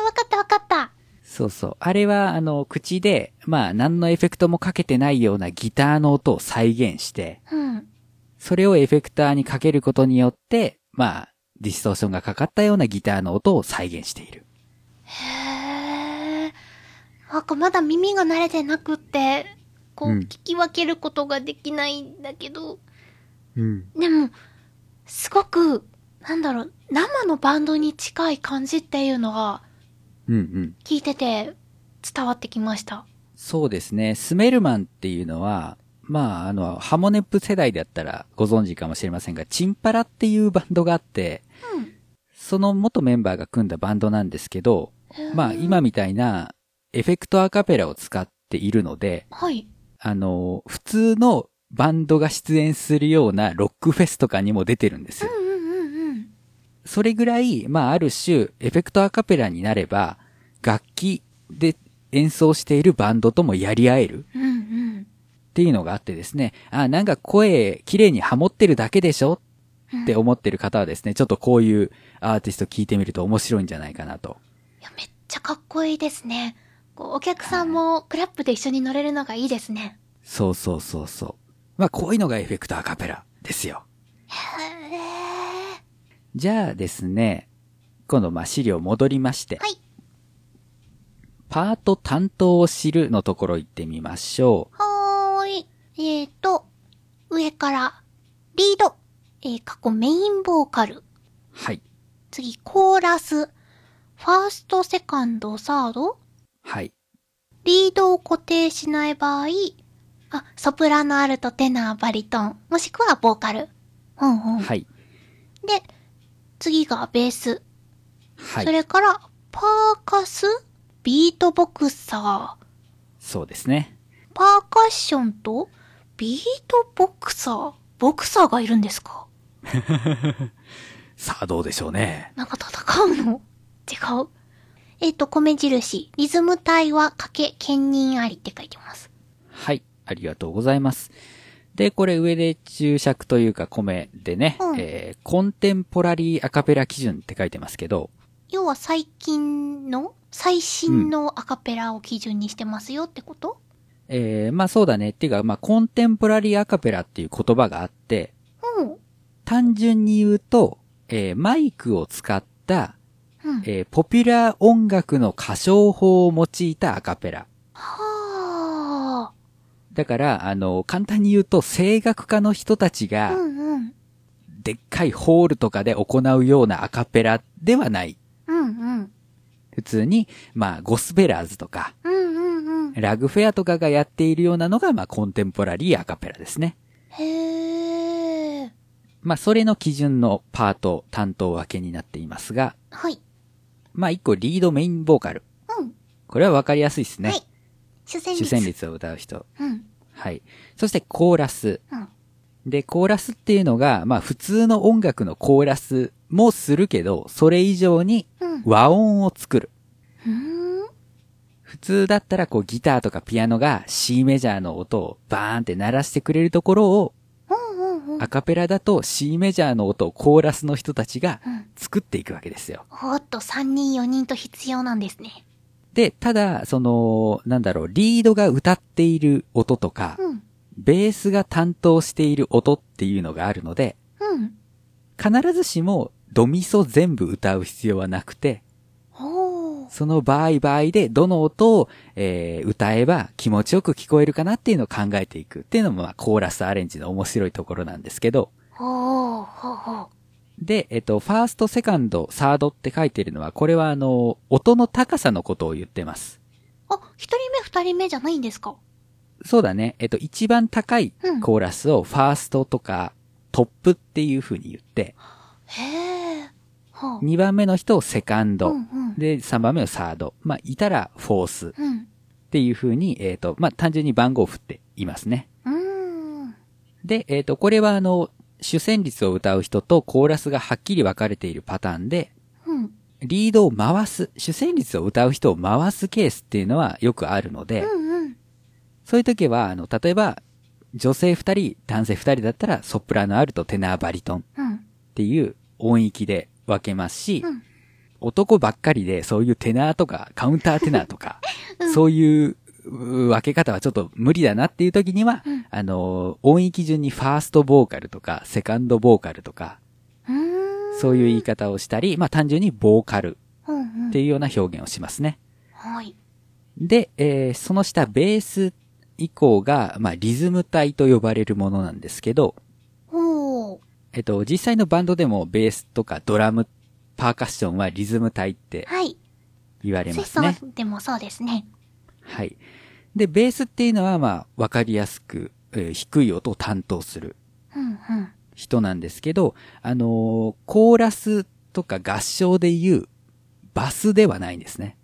あ、わかったわかった。
そうそう。あれは、あの、口で、まあ何のエフェクトもかけてないようなギターの音を再現して、
うん。
それをエフェクターにかけることによって、まあ、ディストーションがかかったようなギターの音を再現している。
へえ。なんかまだ耳が慣れてなくって、こう、
うん
聞き分けることができないんだけど、
うん。
でも、すごく、なんだろう、生のバンドに近い感じっていうのが、
うんうん。
聞いてて伝わってきました。
そうですね。スメルマンっていうのは、まあ、あの、ハモネップ世代だったらご存知かもしれませんが、チンパラっていうバンドがあって、
うん
その元メンバーが組んだバンドなんですけど、まあ、今みたいなエフェクトアカペラを使っているので、
はい。
あの、普通のバンドが出演するようなロックフェスとかにも出てるんです
う
よ
ん。うんうんうん。
それぐらい、まあ、ある種、エフェクトアカペラになれば、楽器で演奏しているバンドともやり合える。
うんうん
っていうのがあってですね、あ、なんか声綺麗にハモってるだけでしょ
うん。
って思ってる方はですね、ちょっとこういうアーティスト聞いてみると面白いんじゃないかなと。
いや、めっちゃかっこいいですね。こう、お客さんもクラップで一緒に乗れるのがいいですね。
そうそうそうそう。まあこういうのがエフェクトアカペラですよ。
へえ。
じゃあですね、今度まあ資料戻りまして、
はい。
パート担当を知るのところ行ってみましょう。
はーい。えーと、上から、リード、えー、過去メインボーカル、
はい。
次、コーラス、ファースト、セカンド、サード、
はい。
リードを固定しない場合、あ、ソプラノ、アルト、テナー、バリトン、もしくはボーカル。うんうん。
はい。
で、次がベース。
はい。
それから、パーカス、ビートボクサー、
そうですね。
パーカッションと、ビートボクサー、ボクサーがいるんですか
さあ、どうでしょうね。
なんか戦うの違う。えっ、と、米印。リズム隊は賭け、兼任ありって書いてます。
はい。ありがとうございます。で、これ上で注釈というか米でね、
うん
えー、コンテンポラリーアカペラ基準って書いてますけど、
要は最近の、最新のアカペラを基準にしてますよってこと、
えー、まあそうだね。っていうか、まあコンテンポラリーアカペラっていう言葉があって、
うん、うん。
単純に言うと、えー、マイクを使った、えー、ポピュラー音楽の歌唱法を用いたアカペラ。
は
だから、あの、簡単に言うと、声楽家の人たちが
あ。う、んうん。
でっかいホールとかで行うようなアカペラではない。
うんうん。
普通に、まあ、ゴスペラーズとか、
うんうんうん。
ラグフェアとかがやっているようなのが、まあ、コンテンポラリーアカペラですね。
へえ。
まあ、それの基準のパート、担当分けになっていますが、
はい。
まあ、一個リードメインボーカル。
うん。
これは分かりやすいですね。
はい。主戦
主
率。
旋律を歌う人。
うん。
はい。そして、コーラス。
うん。
で、コーラスっていうのが、まあ普通の音楽のコーラスもするけど、それ以上に
うん
和音を作る。
ふーん。
普通だったらこうギターとかピアノが C メジャーの音をバーンって鳴らしてくれるところを、
うんうんうん。
アカペラだと C メジャーの音をコーラスの人たちが
うん
作っていくわけですよ。
おーっと、3人4人と必要なんですね。
で、ただ、その、なんだろう、リードが歌っている音とか、
うん。
ベースが担当している音っていうのがあるので、
うん。
必ずしもドミソ全部歌う必要はなくて、
おー。
その場合場合でどの音を、えー歌えば気持ちよく聞こえるかなっていうのを考えていくっていうのも、まあ、コーラスアレンジの面白いところなんですけど、
おー。ほうほう。
で、えっと、ファースト、セカンド、サードって書いてるのは、これはあの、音の高さのことを言ってます。
あ、1人目2人目じゃないんですか
そうだね。えっと、一番高い
うん
コーラスをファーストとかトップっていう風に言って、
へえ。はあ。
2番目の人をセカンド、
うんうん
で、3番目をサード、まあ、いたらフォースっ
うん。
ていう風に、えっと、まあ、単純に番号を振っていますね。
うーん。
で、えっ、と、これはあの、主旋律を歌う人とコーラスがはっきり分かれているパターンで、
うん。
リードを回す、主旋律を歌う人を回すケースっていうのはよくあるので、
うんうん。
そういう時は、あの、例えば、女性二人、男性二人だったら、ソプラノアルト、テナー、バリトンっ
うん。
ていう音域で分けますし、
うん
男ばっかりで、そういうテナーとか、カウンターテナーとか、
うん
そういうう分け方はちょっと無理だなっていう時には、
うん
あの、音域順にファーストボーカルとか、セカンドボーカルとか、
うーん。
そういう言い方をしたり、まあ単純にボーカル
うんうん
っていうような表現をしますね。
はい。
で、えーその下、ベース以降が、まあリズム体と呼ばれるものなんですけど、
おー。
えっと、実際のバンドでもベースとかドラム、パーカッションはリズム体って
はい。
言われ
セ
ま
ッ
す
ソ
ね。
でもそうですね。
はい。で、ベースっていうのは、まあ、わかりやすく、えー低い音を担当する
うんうん。
人なんですけど、あのーコーラスとか合唱でいう、バスではないんですね。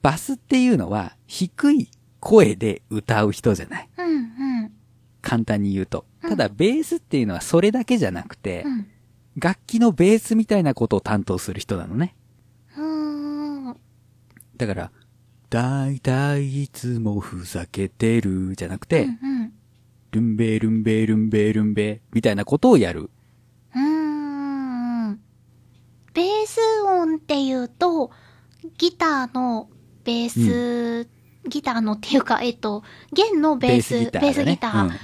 バスっていうのは、低い声で歌う人じゃない。
うんうん。
簡単に言うと。
うん
ただ、ベースっていうのはそれだけじゃなくて
う、ん。
楽器のベースみたいなことを担当する人なのね。
うーん。
だから、だいたいいつもふざけてるじゃなくて、
うん
ルンベルンベルンベルンベみたいなことをやる。
うん。うーん。ベース音っていうと、ギターのベース、ギターのっていうか、えっと、弦のベース、ベースギター,、
だね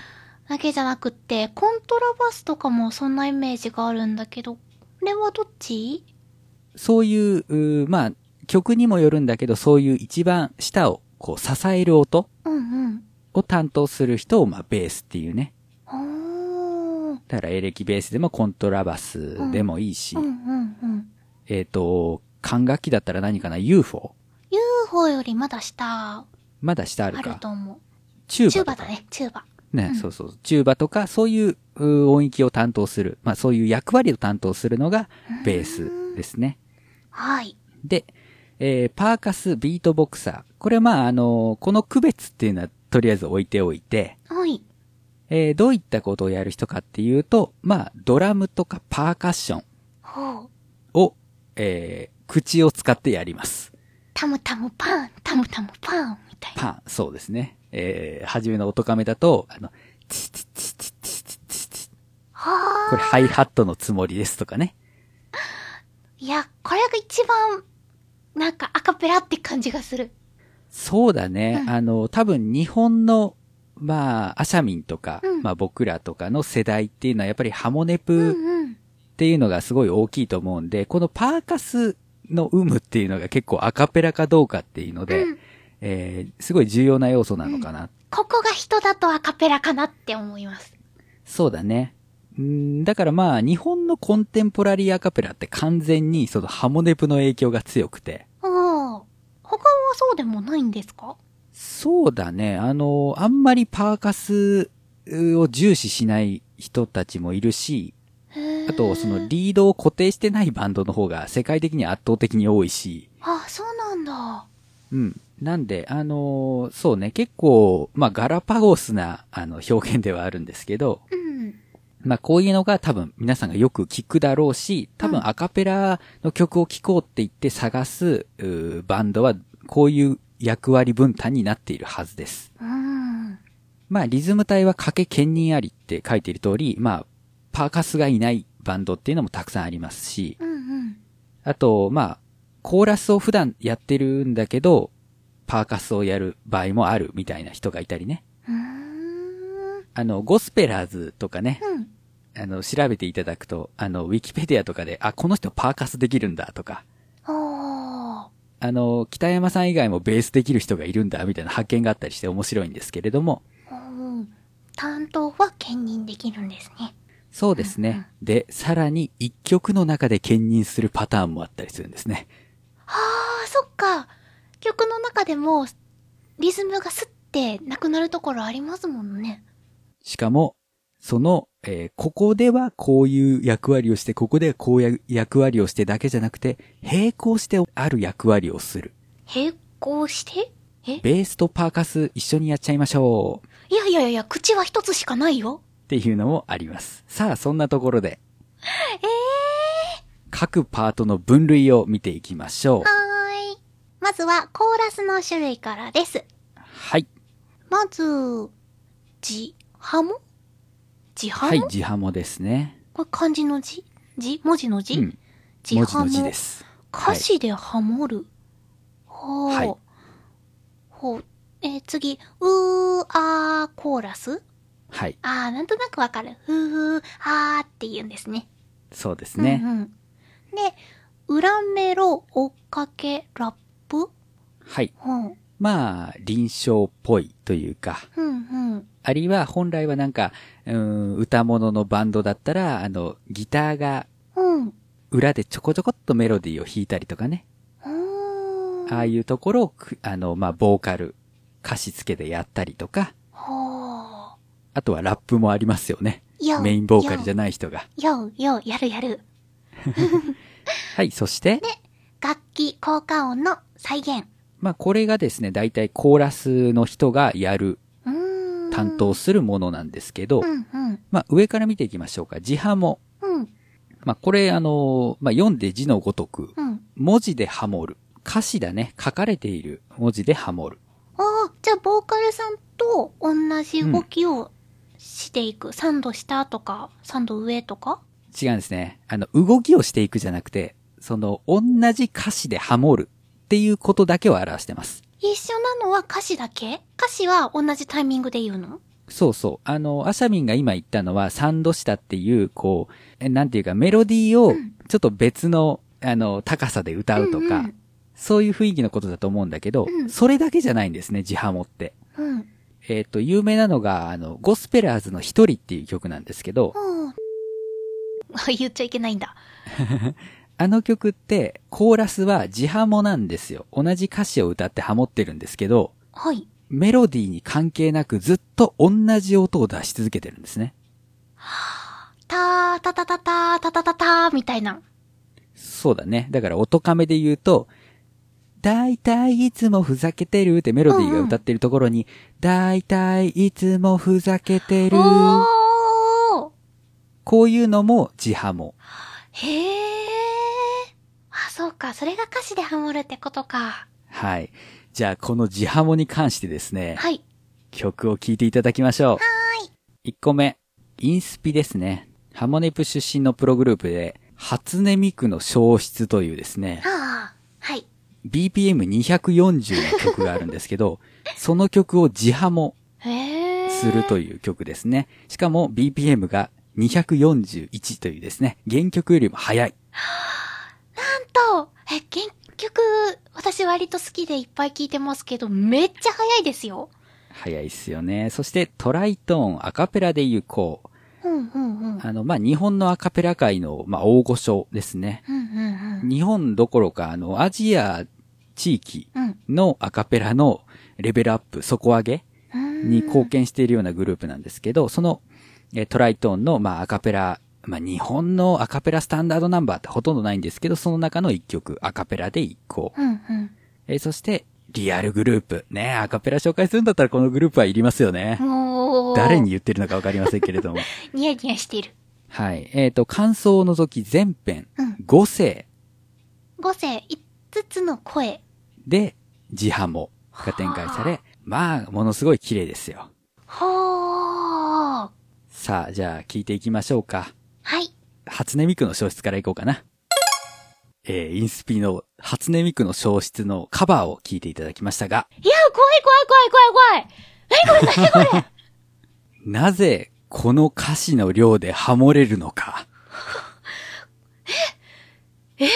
うん
だけじゃなくって、コントラバスとかもそんなイメージがあるんだけど、これはどっち
そういううー、まあ、曲にもよるんだけど、そういう一番下をこう支える音
うんうん。
を担当する人を、まあ、ベースっていうね。
おー。
だからエレキベースでもコントラバスでもいいし、
うんうんうん。
えっ、と、管楽器だったら何かな ?UFO?
UFO よりまだ下
まだ下あ
あ
るか。
ると思う。
チュー
チュー
バ
バ
と
だ
か。
ね、チューバ。
ね、
うん
そうそう。チューバとか、そういうう音域を担当する、まあそういう役割を担当するのがベースですね。
はい。
で、えーパーカス、ビートボクサー。これはまああのーこの区別っていうのはとりあえず置いておいて、
はい。
えーどういったことをやる人かっていうと、まあドラムとかパーカッション
ほう。
を、えー口を使ってやります。
タムタムパン、タムタムパン、みたいな。
パン、そうですね。えー、はじめの音亀だと、あの、チチチチチチチチ
はあ。
これハイハットのつもりですとかね。
いや、これが一番、なんかアカペラって感じがする。
そうだね。
うん
あの、多分日本の、まあ、アシャミンとか、
うん
まあ僕らとかの世代っていうのはやっぱりハモネ
うん
プ
う
っ
ん。
ていうのがすごい大きいと思うんで、このパーカスの有無っていうのが結構アカペラかどうかっていうので、
うん
えーすごい重要な要素なのかな。
ここが人だとアカペラかなって思います。
そうだね。うんだからまあ、日本のコンテンポラリーアカペラって完全にそのハモネプの影響が強くて。
おー。他はそうでもないんですか
そうだね。あの、あんまりパーカスうを重視しない人たちもいるし、
へー
あと、そのリードを固定してないバンドの方が世界的に圧倒的に多いし、
あ、そうなんだ。
うん。なんで、あの、そうね、結構、まあ、ガラパゴスな、あの、表現ではあるんですけど、
うん。
まあ、こういうのが多分皆さんがよく聞くだろうし、多
うん
分アカペラの曲を聴こうって言って探す、うーバンドはこういう役割分担になっているはずです。
うん。
まあ、リズム体は掛け兼任ありって書いている通り、まあ、パーカスがいないバンドっていうのもたくさんありますし、
うんうん。
あと、まあ、コーラスを普段やってるんだけど、パーカスをやる場合もあるみたいな人がいたりね。
うーん。
あの、ゴスペラーズとかね、
うん。
あの、調べていただくと、あの、ウィキペディアとかで、あ、この人パーカスできるんだとか、
おー。
あの、北山さん以外もベースできる人がいるんだみたいな発見があったりして面白いんですけれども、
うん。担当は兼任できるんですね。
そうです
うんう
ね。で、さらに一曲の中で兼任するパターンもあったりするんですね。
はあ、そっか。曲の中でも、リズムがスッてなくなるところありますもんね。
しかも、その、えーここではこういう役割をして、ここではこういう役割をしてだけじゃなくて、並行してある役割をする。
並行してえ
ベースとパーカス一緒にやっちゃいましょう。
いやいやいや、口は一つしかないよ。
っていうのもあります。さあ、そんなところで。各パートの分類を見ていきましょう
は。ーい。まずは、コーラスの種類からです。
はい。
まず、字、ハモ字ハモ、
はい、字ハモですね。
これ漢字の字字文字の字、
うん。
字
文字
ハ
の字
モ
で。す。
歌詞でハモる。ほう。
はい
ほう。えー次、うー、あー、コーラス
はい。
あー、なんとなくわかる。ふーふー、あーって言うんですね。
そうですね。
うんうん、で、裏メロ、追っかけ、ラップ
はい。
うん。うん
まあ、臨床っぽいというか、
うん。
あるいは本来はなんか、うーん、歌物のバンドだったら、あの、ギターが
うん。
裏でちょこちょこっとメロディーを弾いたりとかね。
うーん。
ああいうところをく、あの、まあ、ボーカル、歌詞付けでやったりとか、
ほう。
あとはラップもありますよね。
よ
メインボーカルじゃ
ゃ
ない人が。
よよやるやる。
はい、そして、
楽器効果音の再現。
まあ、これがですね、大体コーラスの人がやる、
うーん。
担当するものなんですけど、
うんうん。
まあ、上から見ていきましょうか。字ハモ。
うん
まあ、これ、あの、まあ、読んで字のごとく、
うん。
文字でハモる。歌詞だね。書かれている文字でハモる。
ああ、じゃあ、ボーカルさんと同じ動きをしていく。3度下とか、3度上とか
違うんですね。あの、動きをしていくじゃなくて、その、同じ歌詞でハモるっていうことだけを表してます。
一緒なのは歌詞だけ歌詞は同じタイミングで言うの
そうそう。あの、アシャミンが今言ったのは、サンドしたっていう、こう、えなんていうか、メロディーを、ちょっと別の、あの、高さで歌うとか、
うん
そういう雰囲気のことだと思うんだけど、
うん
それだけじゃないんですね、自ハモって。
うん。
えっ、と、有名なのが、あの、ゴスペラーズの一人っていう曲なんですけど、
うん。言っちゃいけないんだ。
あの曲って、コーラスは自ハモなんですよ。同じ歌詞を歌ってハモってるんですけど、
はい。
メロディーに関係なくずっと同じ音を出し続けてるんですね。
たーたたたたーたたたたーみたいな。
そうだね。だから音亀で言うと、だいたいいつもふざけてるってメロディーが歌ってるところに、だいたいいつもふざけてる。
おー
こういうのも自ハモ。
へー。あ、そうか。それが歌詞でハモるってことか。
はい。じゃあこの自ハモに関してですね、
はい。
曲を聴いていただきましょう。は
ーい。
1個目、インスピですね。ハモネプ出身のプログループで、初音ミクの消失というですね、
ああ。はい。
BPM240 の曲があるんですけど、その曲を自ハモ
へー。
するという曲ですね。しかも BPM が241というですね、原曲よりも早い。
なんと、え、結局、私割と好きでいっぱい聞いてますけど、めっちゃ早いですよ。
早いっすよね。そしてトライトーン、アカペラで行こう。
うんうんうん。うん
あの、まあ、日本のアカペラ界の、まあ、大御所ですね。
うんうん。
日本どころか、あの、アジア地域
うん
のアカペラのレベルアップ、底上げ
うーん。
に貢献しているようなグループなんですけど、その、えートライトーンの、まあ、アカペラ、まあ、日本のアカペラスタンダードナンバーってほとんどないんですけど、その中の一曲、アカペラで一個。
うんうん。
えーそして、リアルグループ。ねアカペラ紹介するんだったらこのグループはいりますよね。
おー。
誰に言ってるのかわかりませんけれど も。
ニヤニヤしてる。
はい。えっ、と、感想を除き全編
うん、
5世
五世、五つの声。
で、自ハモが展開され、まあ、ものすごい綺麗ですよ。
ほー。
さあ、じゃあ、聞いていきましょうか。
はい。
初音ミクの消失からいこうかな。えー、インスピの初音ミクの消失のカバーを聞いていただきましたが、
いや、怖い怖い怖い怖い怖い。
なぜ、この歌詞の量でハモれるの か。
嘘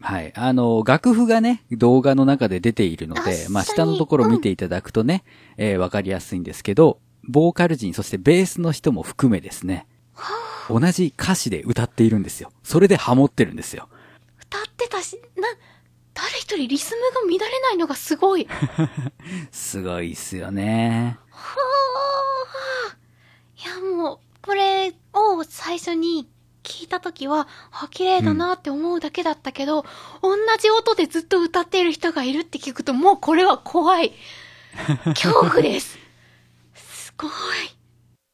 はい。あの、楽譜がね、動画の中で出ているの
確
で
か、に
まあ、下のところ見ていただくとね、えーわかりやすいんですけど、ボーカル陣、そしてベースの人も含めですね、同じ歌詞で歌っているんですよ。それでハモってるんですよ。
歌ってたし、な、誰一人リズムが乱れないのがすごい。ほー。
すごいっすよね。
いや、もう、これを最初に聞いたときは、あ、綺麗だなって思うだけだったけど、同じ音でずっと歌っている人がいるって聞くと、もうこれは怖い。恐怖です。すごい。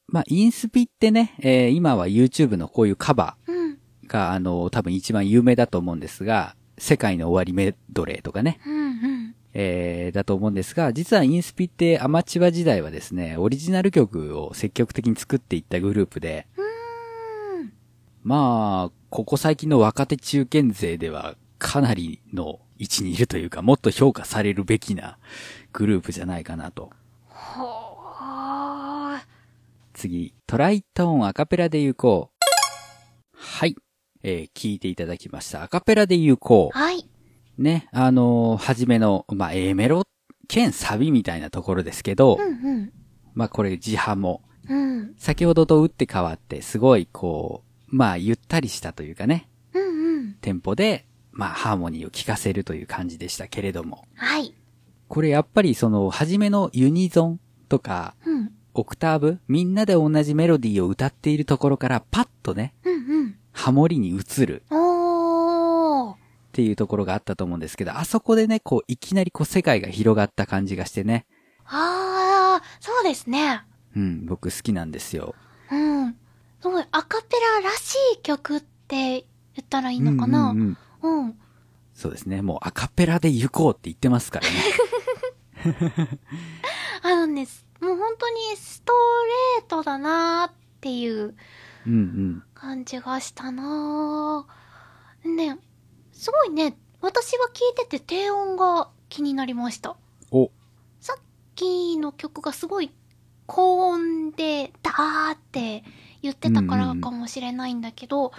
まあ、インスピってね、えー今は YouTube のこういうカバ
うん、
ーが、あの、多分一番有名だと思うんですが、世界の終わりメドレーとかね、
うん、うん。
えーだと思うんですが、実はインスピってアマチュア時代はですね、オリジナル曲を積極的に作っていったグループで、
うん
まあ、ここ最近の若手中堅勢ではかなりの位置にいるというか、もっと評価されるべきなグループじゃないかなと。
ほー。
次、トライトーンアカペラで行こう。はい。えー聞いていただきました。アカペラで行こ
はい。
う。ね、あのー初めの、まあ、A メロ、兼サビみたいなところですけど、
うん、
まあ、これ、自ハモ。
うん。うん、
先ほどと打って変わって、すごい、こう、まあ、ゆったりしたというかね、
うん、うん。
テンポで、まあ、ハーモニーを聴かせるという感じでしたけれども。
はい。
これ、やっぱり、その、初めのユニゾンとか、
うん、
オクターブ、みんなで同じメロディーを歌っているところから、パッとね、
うん、
ハモリに移る
うん。おー。
っていうところがあったと思うんですけど、あそこでね、こう、いきなりこう、世界が広がった感じがしてね、
あー、そうですね。
うん、僕好きなんですよ。
うん。すごい、アカペラらしい曲って言ったらいいのかな
うんうんうん
うん
そうですね、もうアカペラで行こうって言ってます からね。
あのね、もう本当にストレートだなーっていう
うんうん。
感じがしたなー。ね、すごいね、私は聞いてて低音が気になりました。
お、
さっきの曲がすごい高音でダーって言ってたからかもしれないんだけど、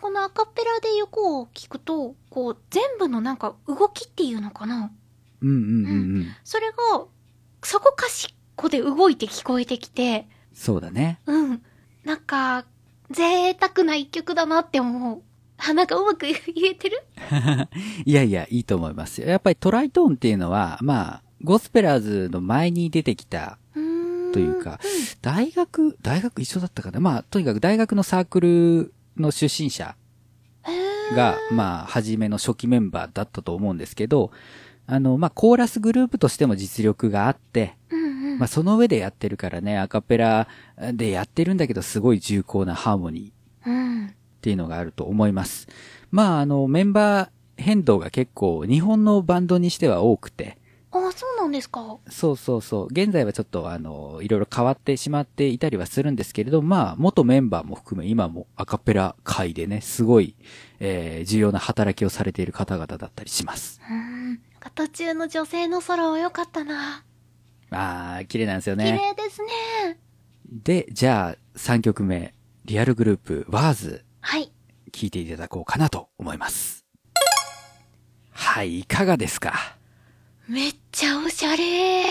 このアカペラで行こうを聞くと、こう全部のなんか動きっていうのかな
うんうんうんうん。
それが、そこかしこで動いて聞こえてきて、
そうだね。
うん。なんか、贅沢な一曲だなって思う。あ、なんかうまく言えてる
いやいや、いいと思いますよ。やっぱりトライトーンっていうのは、まあ、ゴスペラーズの前に出てきた
うーん。
というか、大学、大学一緒だったかなまあ、とにかく大学のサークルの出身者
へー。
が、まあ、初めの初期メンバーだったと思うんですけど、あの、まあ、コーラスグループとしても実力があって、
うんうん。
まあ、その上でやってるからね、アカペラでやってるんだけど、すごい重厚なハーモニー
うん。
っていうのがあると思います。まあ、あの、メンバー変動が結構、日本のバンドにしては多くて、
あ、そうなんですか。
そうそうそう。現在はちょっとあの、いろいろ変わってしまっていたりはするんですけれど、まあ、元メンバーも含め今もアカペラ界でね、すごい、えー重要な働きをされている方々だったりします。
うーん。なんか途中の女性の空は良かったな。
あー、綺麗なんですよ
綺
ね。
麗ですね。
で、じゃあ、3曲目、リアルグループ、ワーズ、
はい。
聴いていただこうかなと思います。はい、いかがですか
めっちゃおしゃれ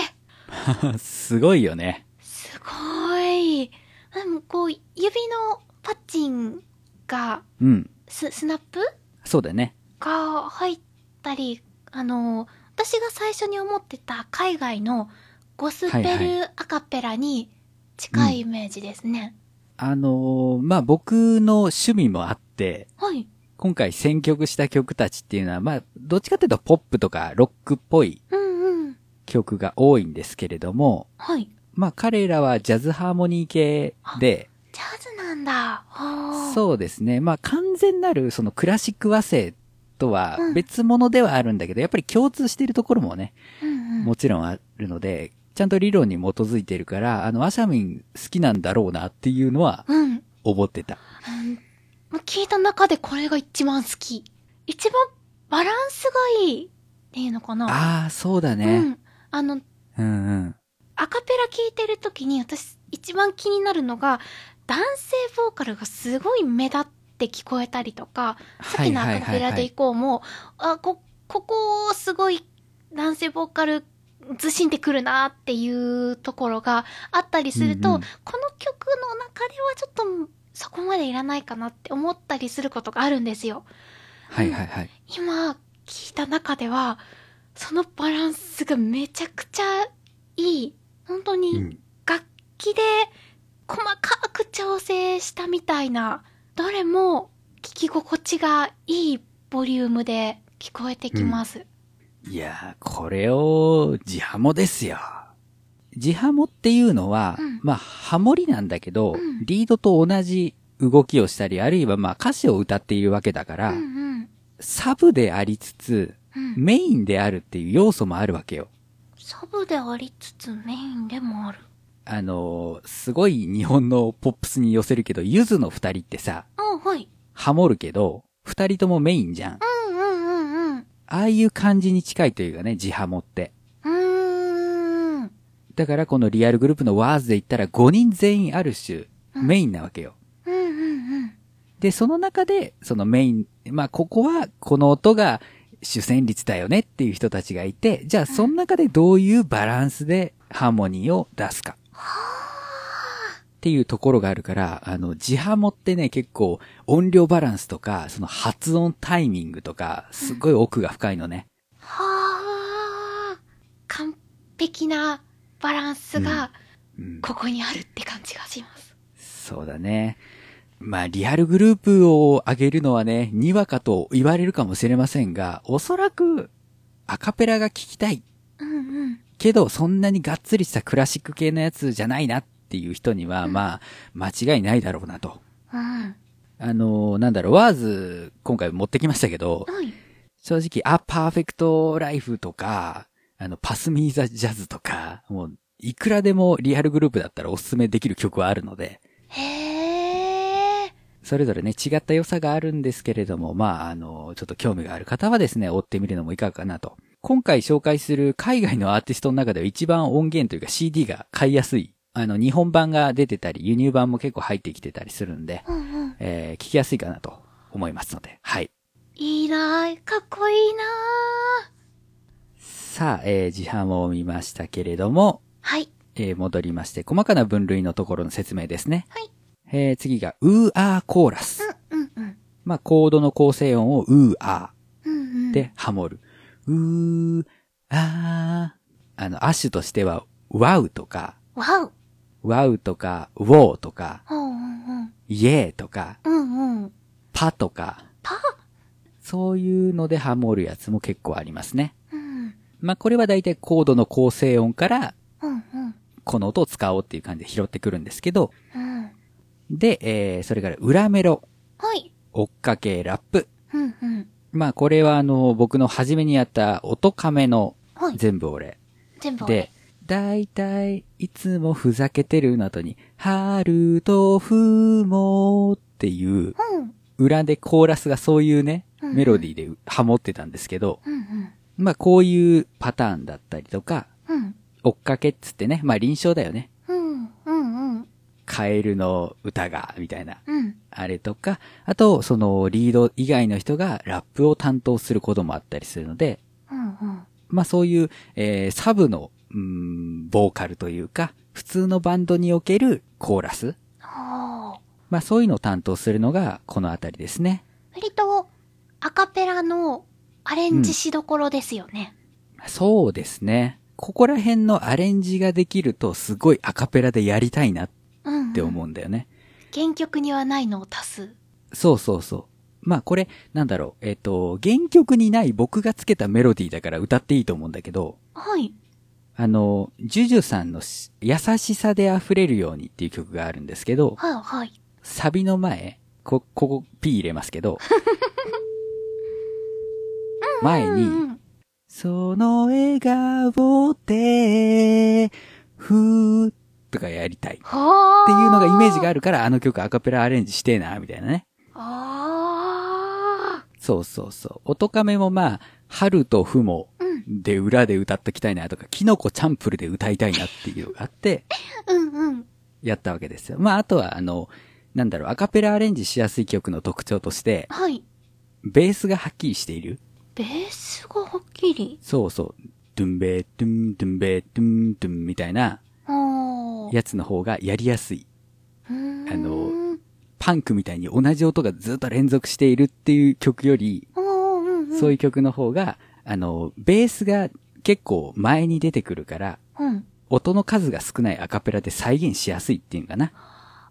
すごいよね。
すごい。でもこう、指のパッチンが、
うん。
ス、スナップ
そうだね。
が入ったり、あの、私が最初に思ってた海外のゴスペ
はい
ルアカペラに近いイメージですね。
あのーまあ、僕の趣味もあって、
はい。
今回選曲した曲たちっていうのは、まあ、どっちかっていうとポップとかロックっぽい
うんうん。
曲が多いんですけれども、
はい。
まあ彼らはジャズハーモニー系で、
ジャズなんだ。はあ。
そうですね、まあ完全なるそのクラシック和声とは
うん
別物ではあるんだけど、やっぱり共通しているところもね、
うんうん。
もちろんあるので、ちゃんと理論に基づいているから、あの、アシャミン好きなんだろうなっていうのは
うん。
思ってた。
うんもう聞いた中でこれが一番好き。一番バランスがいいっていうのかな。
ああ、そうだ
う
ね。
ん。あの、
うんうん。
アカペラ聞いてる時に私一番気になるのが、男性ボーカルがすごい目立って聞こえたりとか、さっきのアカペラでいこうも、あ、こ、ここすごい男性ボーカルずしんでくるなっていうところがあったりすると、
うんうん
この曲の中ではちょっとそこまでいらないかなって思ったりすることがあるんですよ。
はいはいはい。
今聞いた中では、そのバランスがめちゃくちゃいい。本当
う
に
ん
楽器で細かく調整したみたいな、どれも聞き心地がいいボリュームで聞こえてきます。
いやー、これを、ジハモですよ。ジハモっていうのは、
うん
まあ、ハモリなんだけど、
うん
リードと同じ動きをしたり、あるいはまあ歌詞を歌っているわけだから、
うんうん。
サブでありつつ、
うん。
メインであるっていう要素もあるわけよ。
サブでありつつメインでもある。
あのーすごい日本のポップスに寄せるけど、ゆずの二人ってさ、
あ、はい。
ハモるけど、二人ともメインじゃん。あ
うんうんうんうん。
あいう感じに近いというかね、ジハモって。
うーん。
だからこのリアルグループのワーズで言ったら5人全員ある種、メインなわけよ。
うんうん
で、その中で、そのメイン、まあ、ここは、この音が主旋律だよねっていう人たちがいて、じゃあその中でどういうバランスでハーモニーを出すか。っていうところがあるから、あの、自ハモってね、結構音量バランスとか、その発音タイミングとか、すごい奥が深いのね。
はあ。完璧なバランスが
うん、
ここにあるって感じがします。
そうだね。まあ、リアルグループを上げるのはね、にわかと言われるかもしれませんが、おそらく、アカペラが聞きたい
うんうん。
けど、そんなにがっつりしたクラシック系のやつじゃないなっていう人には、まあ、間違いないだろうなと。
うん。
あのーなんだろう、ワーズ、今回持ってきましたけど、
はい。
正直、あ、パーフェクトライフとか、あの、パスミーザジャズとか、もう、いくらでもリアルグループだったらおすすめできる曲はあるので、
へえ。
それぞれね、違った良さがあるんですけれども、まあ、あの、ちょっと興味がある方はですね、追ってみるのもいかがかなと。今回紹介する海外のアーティストの中では一番音源というか CD が買いやすい。あの、日本版が出てたり、輸入版も結構入ってきてたりするんで、
うんうん。
えー聞きやすいかなと思いますので、はい。
いいなあかっこいいなあ
さあ、えー、自販を見ましたけれども、
はい。
えー戻りまして、細かな分類のところの説明ですね。
はい。
えー次が、ウーアーコーラス。
うんうん。
まあ、コードの構成音をウーアー。
うんうん。
で、ハモる。うー、あー、あの、アッシュとしては、ワウとか、
わう。
ワウとか、ウォーとか、
うんうん
イエーとか、
うん。うんうん。
パとか、
パ
そういうのでハモるやつも結構ありますね。
うん。
まあ、これは大体コードの構成音から、
うんうん。
この音を使おうっていう感じで拾ってくるんですけど、
うん。
で、えー、それから裏メロ、
はい。
追っかけ、ラップ。
うんうん。
まあ、これはあの、僕の初めにやった音亀の
はい。
全部俺。
全部。
で、だいたいいつもふざけてるの後に、春とふもっていう、
うん。
裏でコーラスがそういうね、
うん
メロディーでハモってたんですけど、
うんうん。
まあこういうパターンだったりとか、
うん。
追っかけっつってね、まあ臨床だよね。
うん。うんうん。
カエルの歌が、みたいな、
うん。
あれとか、あと、そのリード以外の人がラップを担当することもあったりするので、
うんうん。
まあそういう、えーサブの、うーん、ボーカルというか、普通のバンドにおけるコーラス。
はあ。
まあそういうのを担当するのがこのあたりですね。
割と、アカペラのアレンジしどころですよね。
そうですね。ここら辺のアレンジができるとすごいアカペラでやりたいなっ
うん、うん。
て思うんだよね。
原曲にはないのを足す。
そうそうそう。まあこれ、なんだろう。えっ、と、原曲にない僕がつけたメロディーだから歌っていいと思うんだけど、
はい。
あの、ジュジュさんのし優しさで溢れるようにっていう曲があるんですけど、
はい、はい。
サビの前、こ、ここ P 入れますけど、前
う
に、
ん。
その笑顔で、ふーとかやりたい。っ
はあ。
ていうのがイメージがあ
ある。
るから、あの曲アカペラアレンジしてえな、みたいなね。
あ
そうそうそう。音亀もまあ、春とふも
あ。うん。
で裏で歌っときたいなとか、キノコチャンプルで歌いたいなっていうのがあって、
うんうん。
やったわけですよ。まああとはあの、なんだろう、アカペラアレンジしやすい曲の特徴として、
はい。
ベースがはっきりしている。
ベースがはっきり。
そうそう。ドゥンベー、ドゥン、ドゥンベー、ドゥン、ドゥンみたいな
ああ。
やつの方がやりやすい。
うーん、
あの、パンクみたいに同じ音がずっと連続しているっていう曲より、
うんうんうん。
そういう曲の方が、あの、ベースが結構前に出てくるから、
うん。
音の数が少ないアカペラで再現しやすいっていうのかな。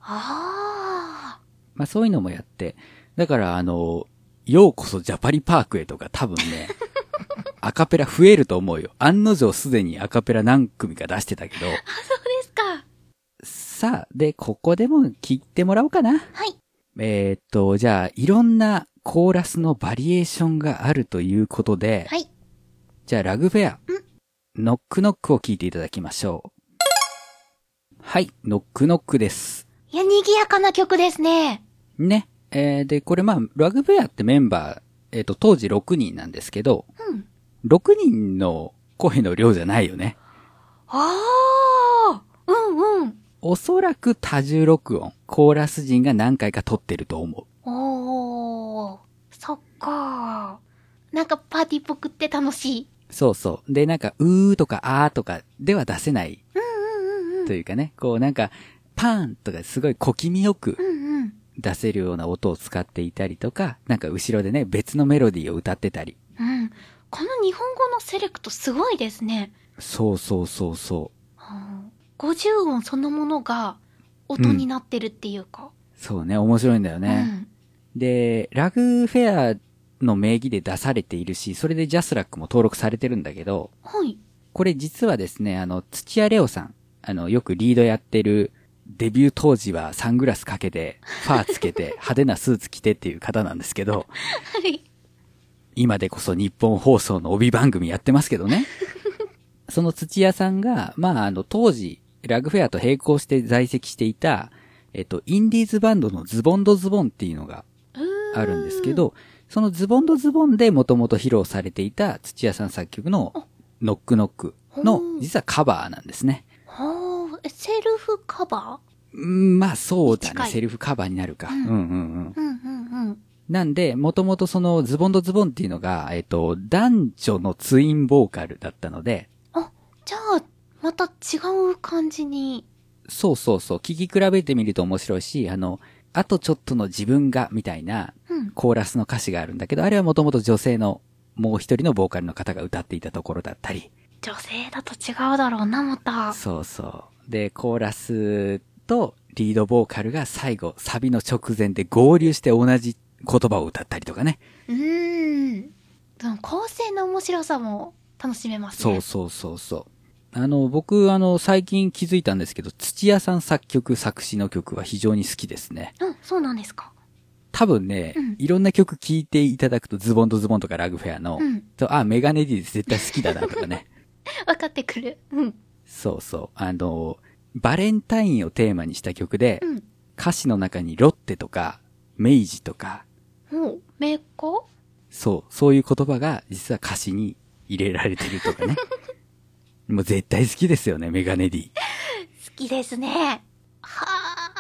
ああ。
まあそういうのもやって、だからあの、ようこそジャパリパークへとか多分 ね、アカペラ増えると思うよ。案の定すでにアカペラ何組か出してたけど、
そうですか。
さあ、で、ここでも聞いてもらおうかな。
はい。
えーっと、じゃあ、いろんなコーラスのバリエーションがあるということで、
はい。
じゃあラグフェア、ノックノックを聞いていただきましょう。はい、ノックノックです。
いや、賑やかな曲ですね。
ね。えーで、これまあ、ラグベアってメンバー、えっ、と、当時6人なんですけど、
うん。
6人の声の量じゃないよね。
ああ。うんうん。
おそらく多重録音、コーラス陣が何回か撮ってると思
おー。そっかー。なんかパーティーっぽくって楽しい。
う。そうそう。で、なんか、うーとかあーとかでは出せない
うんうんうん。
というかね、こうなんか、パーンとかすごい小気味よく
うんうん。
出せるような音を使っていたりとか、なんか後ろでね、別のメロディーを歌ってたり。
うん。この日本語のセレクトすごいですね。
そうそうそうそう。
うん50音そのものが音になってるっていうか。
そうね、面白いんだよ
う
ね。
ん。
で、ラグフェアの名義で出されているし、それでジャスラックも登録されてるんだけど、
はい。
これ実はですね、あの、土屋レオさん、あの、よくリードやってる、デビュー当時はサングラスかけて、ファーつけて、派手なスーツ着てっていう方なんですけど、
はい。
今でこそ日本放送の帯番組やってますけどね。その土屋さんが、まあ、あの、当時、ラグフェアと並行して在籍していた、えっと、インディーズバンドのズボンドズボンっていうのが
うー
あるんですけ。ど、そのズボンドズボンでもともと披露されていた土屋さん作曲のノックノックの
ほう
実はカバーなんですね。
はーえセルフカバ
うんまあそうだ
近
ね。
い
セルフカバーになるか。
う
うんんうんうん
ー。うんうんうん。
なんで、もともとそのズボンドズボンっていうのが、えっと、男女のツインボーカルだったので、
あ、じゃあ、また違う感じに。
そうそうそう、聞き比べてみると面白いし、あの、あとちょっとの自分が、みたいな
うん。
コーラスの歌詞があるんだけど、あれはもともと女性のもう一人のボーカルの方が歌っていたところだったり、
女性だと違うだろうな、また。
そうそう。で、コーラスとリードボーカルが最後、サビの直前で合流して同じ言葉を歌ったりとかね。
うーん。その構成の面白さも楽しめます
そう
ね。
そうそうそう。あの、僕、あの、最近気づいたんですけど、土屋さん作曲、作詞の曲は非常に好きですね。
うん、そうなんですか。
多分ね、
うん
いろんな曲聴いていただくと、ズボンとズボンとかラグフェアの、
うん
とあ、メガネディ絶対好きだなとか ね。
分かってくる。うん。
そうそう。あの、バレンタインをテーマにした曲で、
うん。
歌詞の中にロッテとか、明治とか、
もう、メーカー
そう、そういう言葉が実は歌詞に入れられてるとかね。もう絶対好きですよね、メガネディ。
好きですね。はあ。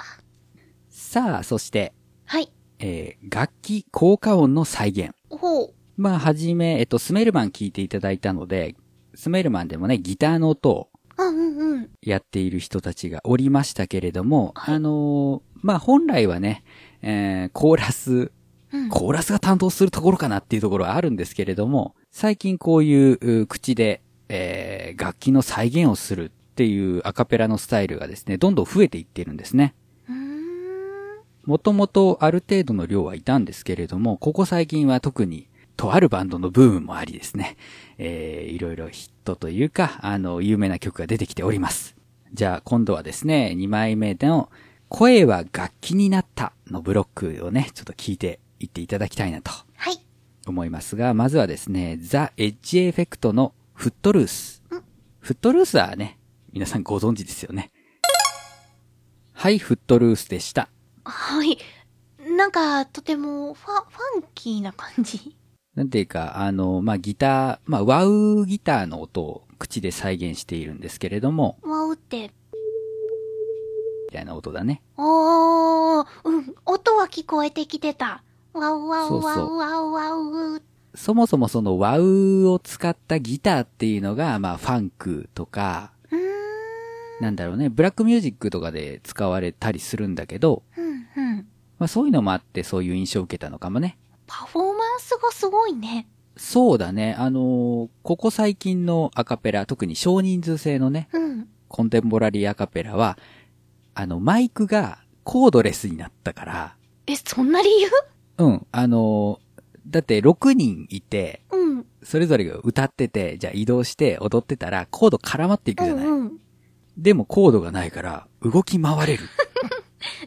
さあ、そして、
はい。
えー楽器効果音の再現。
おう。
まあ、はじめ、えっと、スメルマン聞いていただいたので、スメルマンでもね、ギターの音を
うんうんうん。
やっている人たちがおりましたけれども、あのーまあ、本来はね、えーコーラス、
うん。
コーラスが担当するところかなっていうところはあるんですけれども、最近こういうう口で、えー楽器の再現をするっていうアカペラのスタイルがですね、どんどん増えていってるんですね。
うーん。
もともとある程度の量はいたんですけれども、ここ最近は特に、とあるバンドのブームもありですね。えー、いろいろヒットというか、あの、有名な曲が出てきております。じゃあ、今度はですね、2枚目の、声は楽器になったのブロックをね、ちょっと聞いていっていただきたいなと
はい。
思いますが、まずはですね、ザ・エッジ・エフェクトのフットルース
うん。
フットルースはね、皆さんご存知ですよね。はい、フットルースでした。
はい。なんか、とても、ファ、ファンキーな感じ。
なんていうか、あの、まあ、ギター、まあ、ワウギターの音を口で再現しているんですけれども、
わうって。
みたいな音だね。
おー。うん。音は聞こえてきてた。わうわ
そうう
わ
そうう
わうわう。
そもそもそのワウを使ったギターっていうのが、まあ、ファンクとか、
うーん。
なんだろうね、ブラックミュージックとかで使われたりするんだけど、
うんうん。
まあ、そういうのもあってそういう印象を受けたのかもね。
パフォーマンスがすごいね。
そうだね、あのーここ最近のアカペラ、特に少人数制のね、
うん。
コンテンポラリーアカペラは、あの、マイクがコードレスになったから、
え、そんな理由
うん。あのーだって6人いて、
うん。
それぞれが歌ってて、じゃあ移動して踊ってたらコード絡まっていく
う
じゃない。
んうん。
でもコードがないから動き回れる。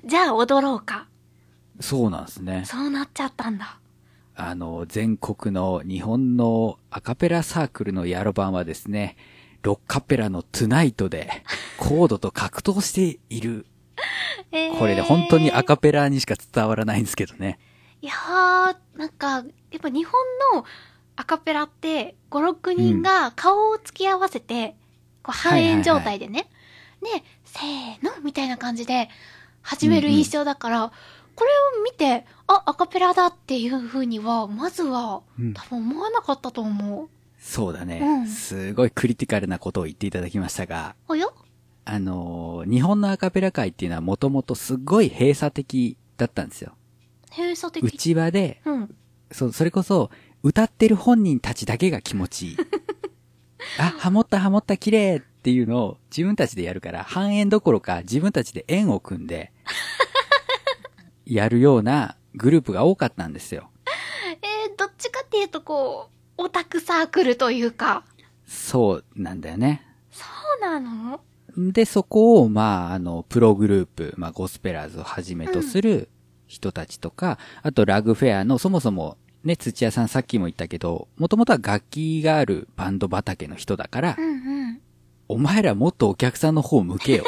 じゃあ踊ろうか。
そうなんですね。
そうなっちゃったんだ。
あのー、全国の日本のアカペラサークルのヤロ版はですね、ロッカペラのトゥナイトでコードと格闘している。
えー
これで本当にアカペラにしか伝わらないんですけどね。
いやー、なんか、やっぱ日本のアカペラって、5、6人が顔を突き合わせて、こう半円状態でね、で、せーのみたいな感じで始める印象だから、これを見て、あ、アカペラだっていうふうには、まずは、
うん
多分思わなかったと思う。
そうだね、
うん
すごいクリティカルなことを言っていただきましたが、
およ
あのー日本のアカペラ界っていうのはもともとすごい閉鎖的だったんですよ。
閉鎖的。
内輪で、
うん。
そそれこそ、歌ってる本人たちだけが気持 ちいい。あ、ハモったハモった綺麗っていうのを自分たちでやるから、半円どころか自分たちで円を組ん で、やるようなグループが多かったんですよ。
えー、どっちかっていうとこう、オタクサークルというか、
そうなんだよね。
そうなの
で、そこを、まあ、あの、プログループ、まあ、ゴスペラーズをはじめとする人たちとか、あと、ラグフェアの、そもそも、ね、土屋さんさっきも言ったけど、もともとは楽器があるバンド畑の人だから、
うんうん。
お前らもっとお客さんの方向けよ。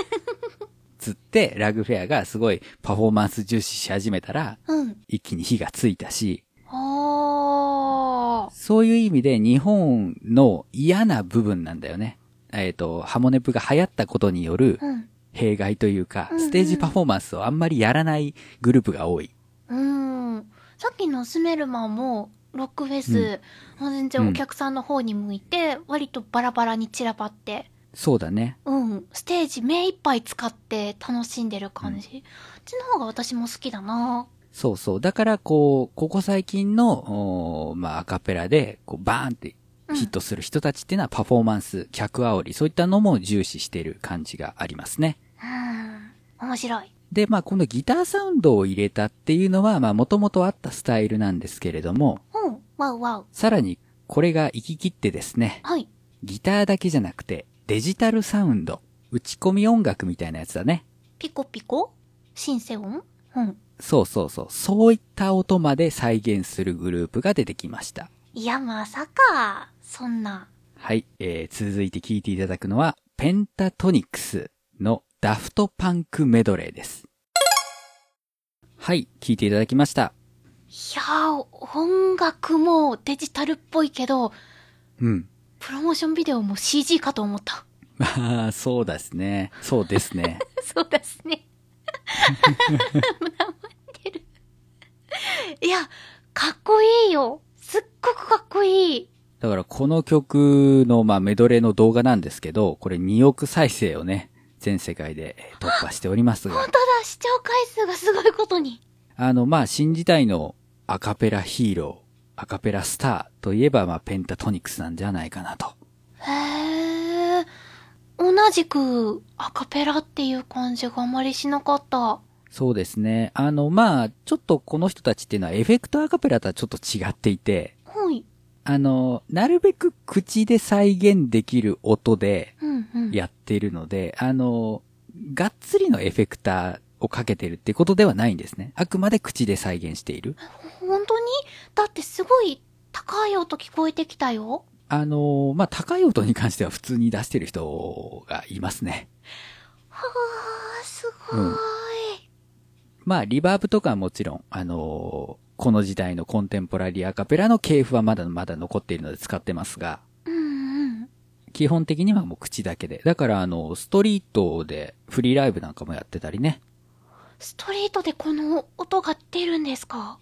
つって、ラグフェアがすごいパフォーマンス重視し始めたら、
うん。
一気に火がついたし、
おー。
そういう意味で日本の嫌な部分なんだよね。えっ、と、ハモネプが流行ったことによる、
うん。
弊害というか
う、んうん
ステージパフォーマンスをあんまりやらないグループが多い。
うん。さっきのスメルマンも、ロックフェス、もう全然お客さんの方に向いて、割とバラバラに散らばって、
そうだね。
うん。ステージ目いっぱい使って楽しんでる感じ。こっちの方が私も好きだな
そうそう。だから、こう、ここ最近の、おーまあ、アカペラで、こう、バーンって、
うん
ヒットする人たちっていうのはパフォーマンス、客煽り、そういったのも重視してる感じがありますね。
うん。面白い。
で、まあ、このギターサウンドを入れたっていうのは、まあ、もともとあったスタイルなんですけれども、
うん。わうわう。
さらに、これが行き切ってですね、
はい。
ギターだけじゃなくて、デジタルサウンド、打ち込み音楽みたいなやつだね。
ピコピコシンセ音うん。
そうそうそう。そういった音まで再現するグループが出てきました。
いや、まさか。そんな。
はい。えー、続いて聴いていただくのは、ペンタトニクスのダフトパンクメドレーです。はい。聴いていただきました。
いやー、音楽もデジタルっぽいけど、
うん。
プロモーションビデオも CG かと思った。
ああ、 そうですね。そうですね。
そうです ね。黙ってる。いや、かっこいいよ。すっごくかっこいい。
だからこの曲の、まあ、メドレーの動画なんですけど、これ2億再生をね、全世界でえー突破しております
本
が
当、だ、視聴回数がすごいことに。
あの、まあ、新時代のアカペラヒーロー、アカペラスターといえば、まあ、ペンタトニクスなんじゃないかなと。
へえ。同じくアカペラっていう感じがあまりしなかった。
そうですね。あの、まあ、ちょっとこの人たちっていうのはエフェクトアカペラとはちょっと違っていて、
はい。
あの、なるべく口で再現できる音で
うんうん。
やっているので、あの、がっつりのエフェクターをかけてるってことではないんですね。あくまで口で再現している。
本当にだってすごい高い音聞こえてきたよ。
あの、まあ、高い音に関しては普通に出してる人がいますね。
はあ、すごーい。
うんまあ、リバーブとかはもちろん、あのこの時代のコンテンポラリーアカペラの系譜はまだまだ残っているので使ってますが、
うんうん。
基本的にはもう口だけで。だからあの、ストリートでフリーライブなんかもやってたりね。
ストリートでこの音が出るんですか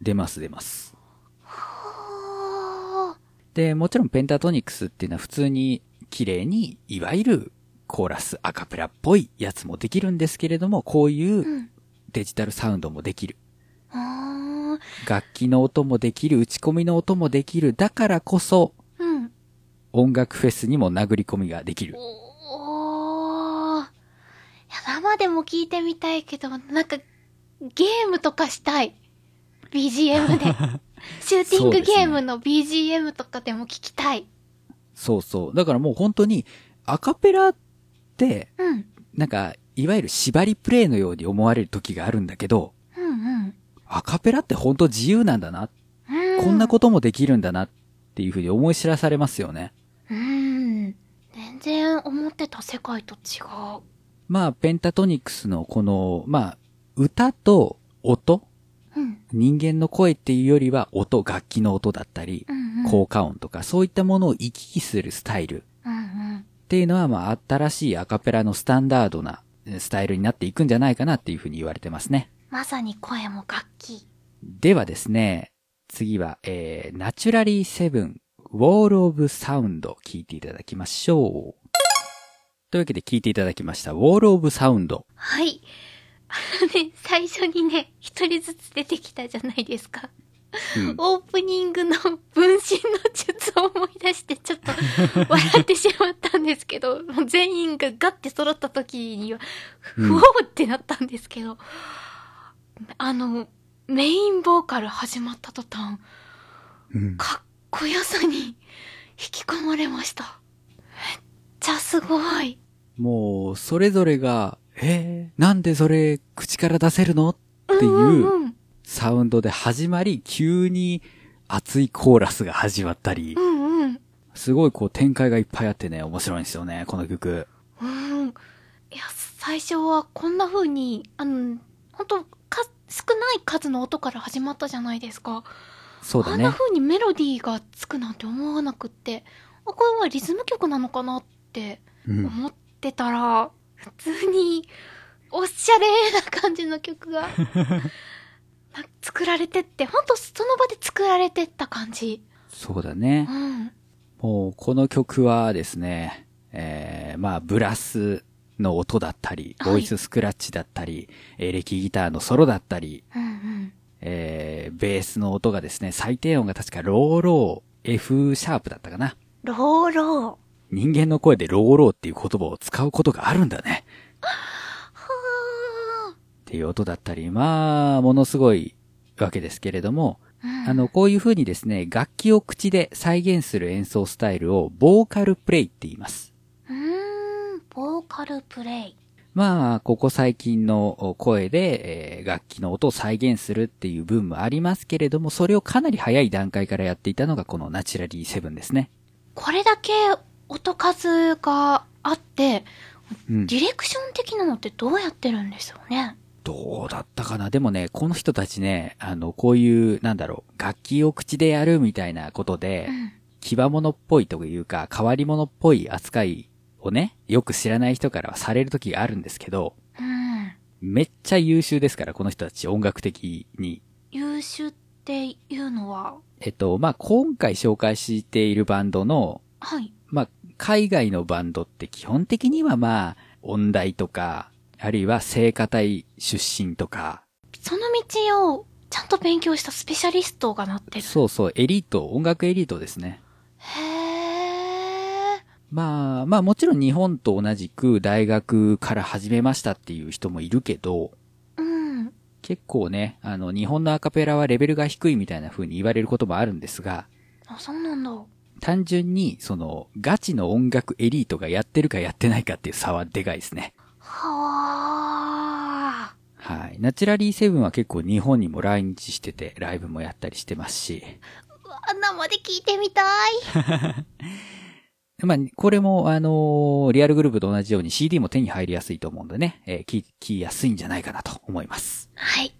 出ます出ます。
はあ。
で、もちろんペンタトニクスっていうのは普通に綺麗に、いわゆるコーラスアカペラっぽいやつもできるんですけれども、こう
う。
いうんデジタルサウンドもできる。
あ
楽器の音もできる、打ち込みの音もできる。だからこそ、
ーうん。
音楽フェスにも殴り込みができる。
おー。いや、生でも聞いてみたいけど、なんか、ゲームとかしたい。BGM で。シューティン
そう
グ
ですね
ゲームの BGM とかでも聞きたい。
そうそう。だからもう本当に、アカペラって、
うん。
なんか、いわゆる縛りプレイのように思われる時があるんだけど、
うん
アカペラって本当自由なんだな、
うん。うん
こんなこともできるんだなっていうふうに思い知らされますよね。
うん。全然思ってた世界と違う。
まあ、ペンタトニクスのこの、まあ、歌と音、
うん。
人間の声っていうよりは音、楽器の音だったり
う、んうん。
効果音とか、そういったものを行き来するスタイルっ
うんうん。
ていうのは、まあ、新しいアカペラのスタンダードなえスタイルになっていくんじゃないかなっていうふうに言われてますね。
まさに声も楽器。
ではですね、次は、えー、ナチュラリーセブン、ウォールオブサウンド、聞いていただきましょう。というわけで聞いていただきました、ウォールオブサウンド。
はい。 あのね、最初にね、一人ずつ出てきたじゃないですか。
うん
オープニングの分身の術を思い出してちょっ と笑ってしまったんですけど、もう全員がガッて揃った時には、
うん
ふおーってなったんですけど、あの、メインボーカル始まった途端、
うん
かっこよさに引き込まれました。めっちゃすごい。
もう、それぞれが、えー、なんでそれ、口から出せるのって
うん
いう
うんうん。
サウンドで始まり、急に熱いコーラスが始まったり
う、んうん。
すごいこう展開がいっぱいあってね、面白いんですよね、この曲。
うん。いや、最初はこんな風に、あの、本当か、少ない数の音から始まったじゃないですか。
そう
あ
だ
んな
ね。
風にメロディーがつくなんて思わなくって、あ、これはリズム曲なのかなって
うん。
思ってたら、普通に、おしゃれな感じの 曲が、な作られてって、ほんとその場で作られてった感じ。
そうだね
う。ん。
もう、この曲はですね、えー、まあ、ブラスの音だったり、
はい
ボイススクラッチだったり、エレキギターのソロだったり、
うんうん。
えー、ベースの音がですね、最低音が確かローロ F シャープだったかな。
ローロ
人間の声でローローっていう言葉を使うことがあるんだね。っていう音だったり、まあ、ものすごいわけですけれども、
ー。
あの、こういう風にですね、楽器を口で再現する演奏スタイルをボーカルプレイって言います。
うーん、ボーカルプレイ。
まあ、ここ最近の声で、えー楽器の音を再現するっていう分もありますけれども、それをかなり早い段階からやっていたのがこのナチュラリーセブンですね。
これだけ音数があって、
うん。
ディレクション的なのってどうやってるんですよね。
どうだったかなでもね、この人たちね、あの、こういう、なんだろう、楽器を口でやるみたいなことで
う、ん。
牙物っぽいというか、変わり者っぽい扱いをね、よく知らない人からはされる時があるんですけど、
うん。
めっちゃ優秀ですから、この人たち音楽的に。
優秀っていうのは、
えっと、まあ、今回紹介しているバンドの、
はい。
まあ、海外のバンドって基本的にはまあ、音大とか、あるいは聖歌隊出身とか、
その道をちゃんと勉強したスペシャリストがなってる。
そうそう、エリート、音楽エリートですね。
へー。
まあ、まあもちろん日本と同じく大学から始めましたっていう人もいるけど、
うん。
結構ね、あの、日本のアカペラはレベルが低いみたいな風に言われることもあるんですが、
あ、そうなんだ。
単純に、その、ガチの音楽エリートがやってるかやってないかっていう差はでかいですね。
は
はい。ナチュラリーセブンは結構日本にも来日してて、ライブもやったりしてますし、
ー。うわ、生で聞いてみたい。
まあ、これも、あのーリアルグループと同じように CD も手に入りやすいと思うんでね、えー聞き聞きやすいんじゃないかなと思います。
はい。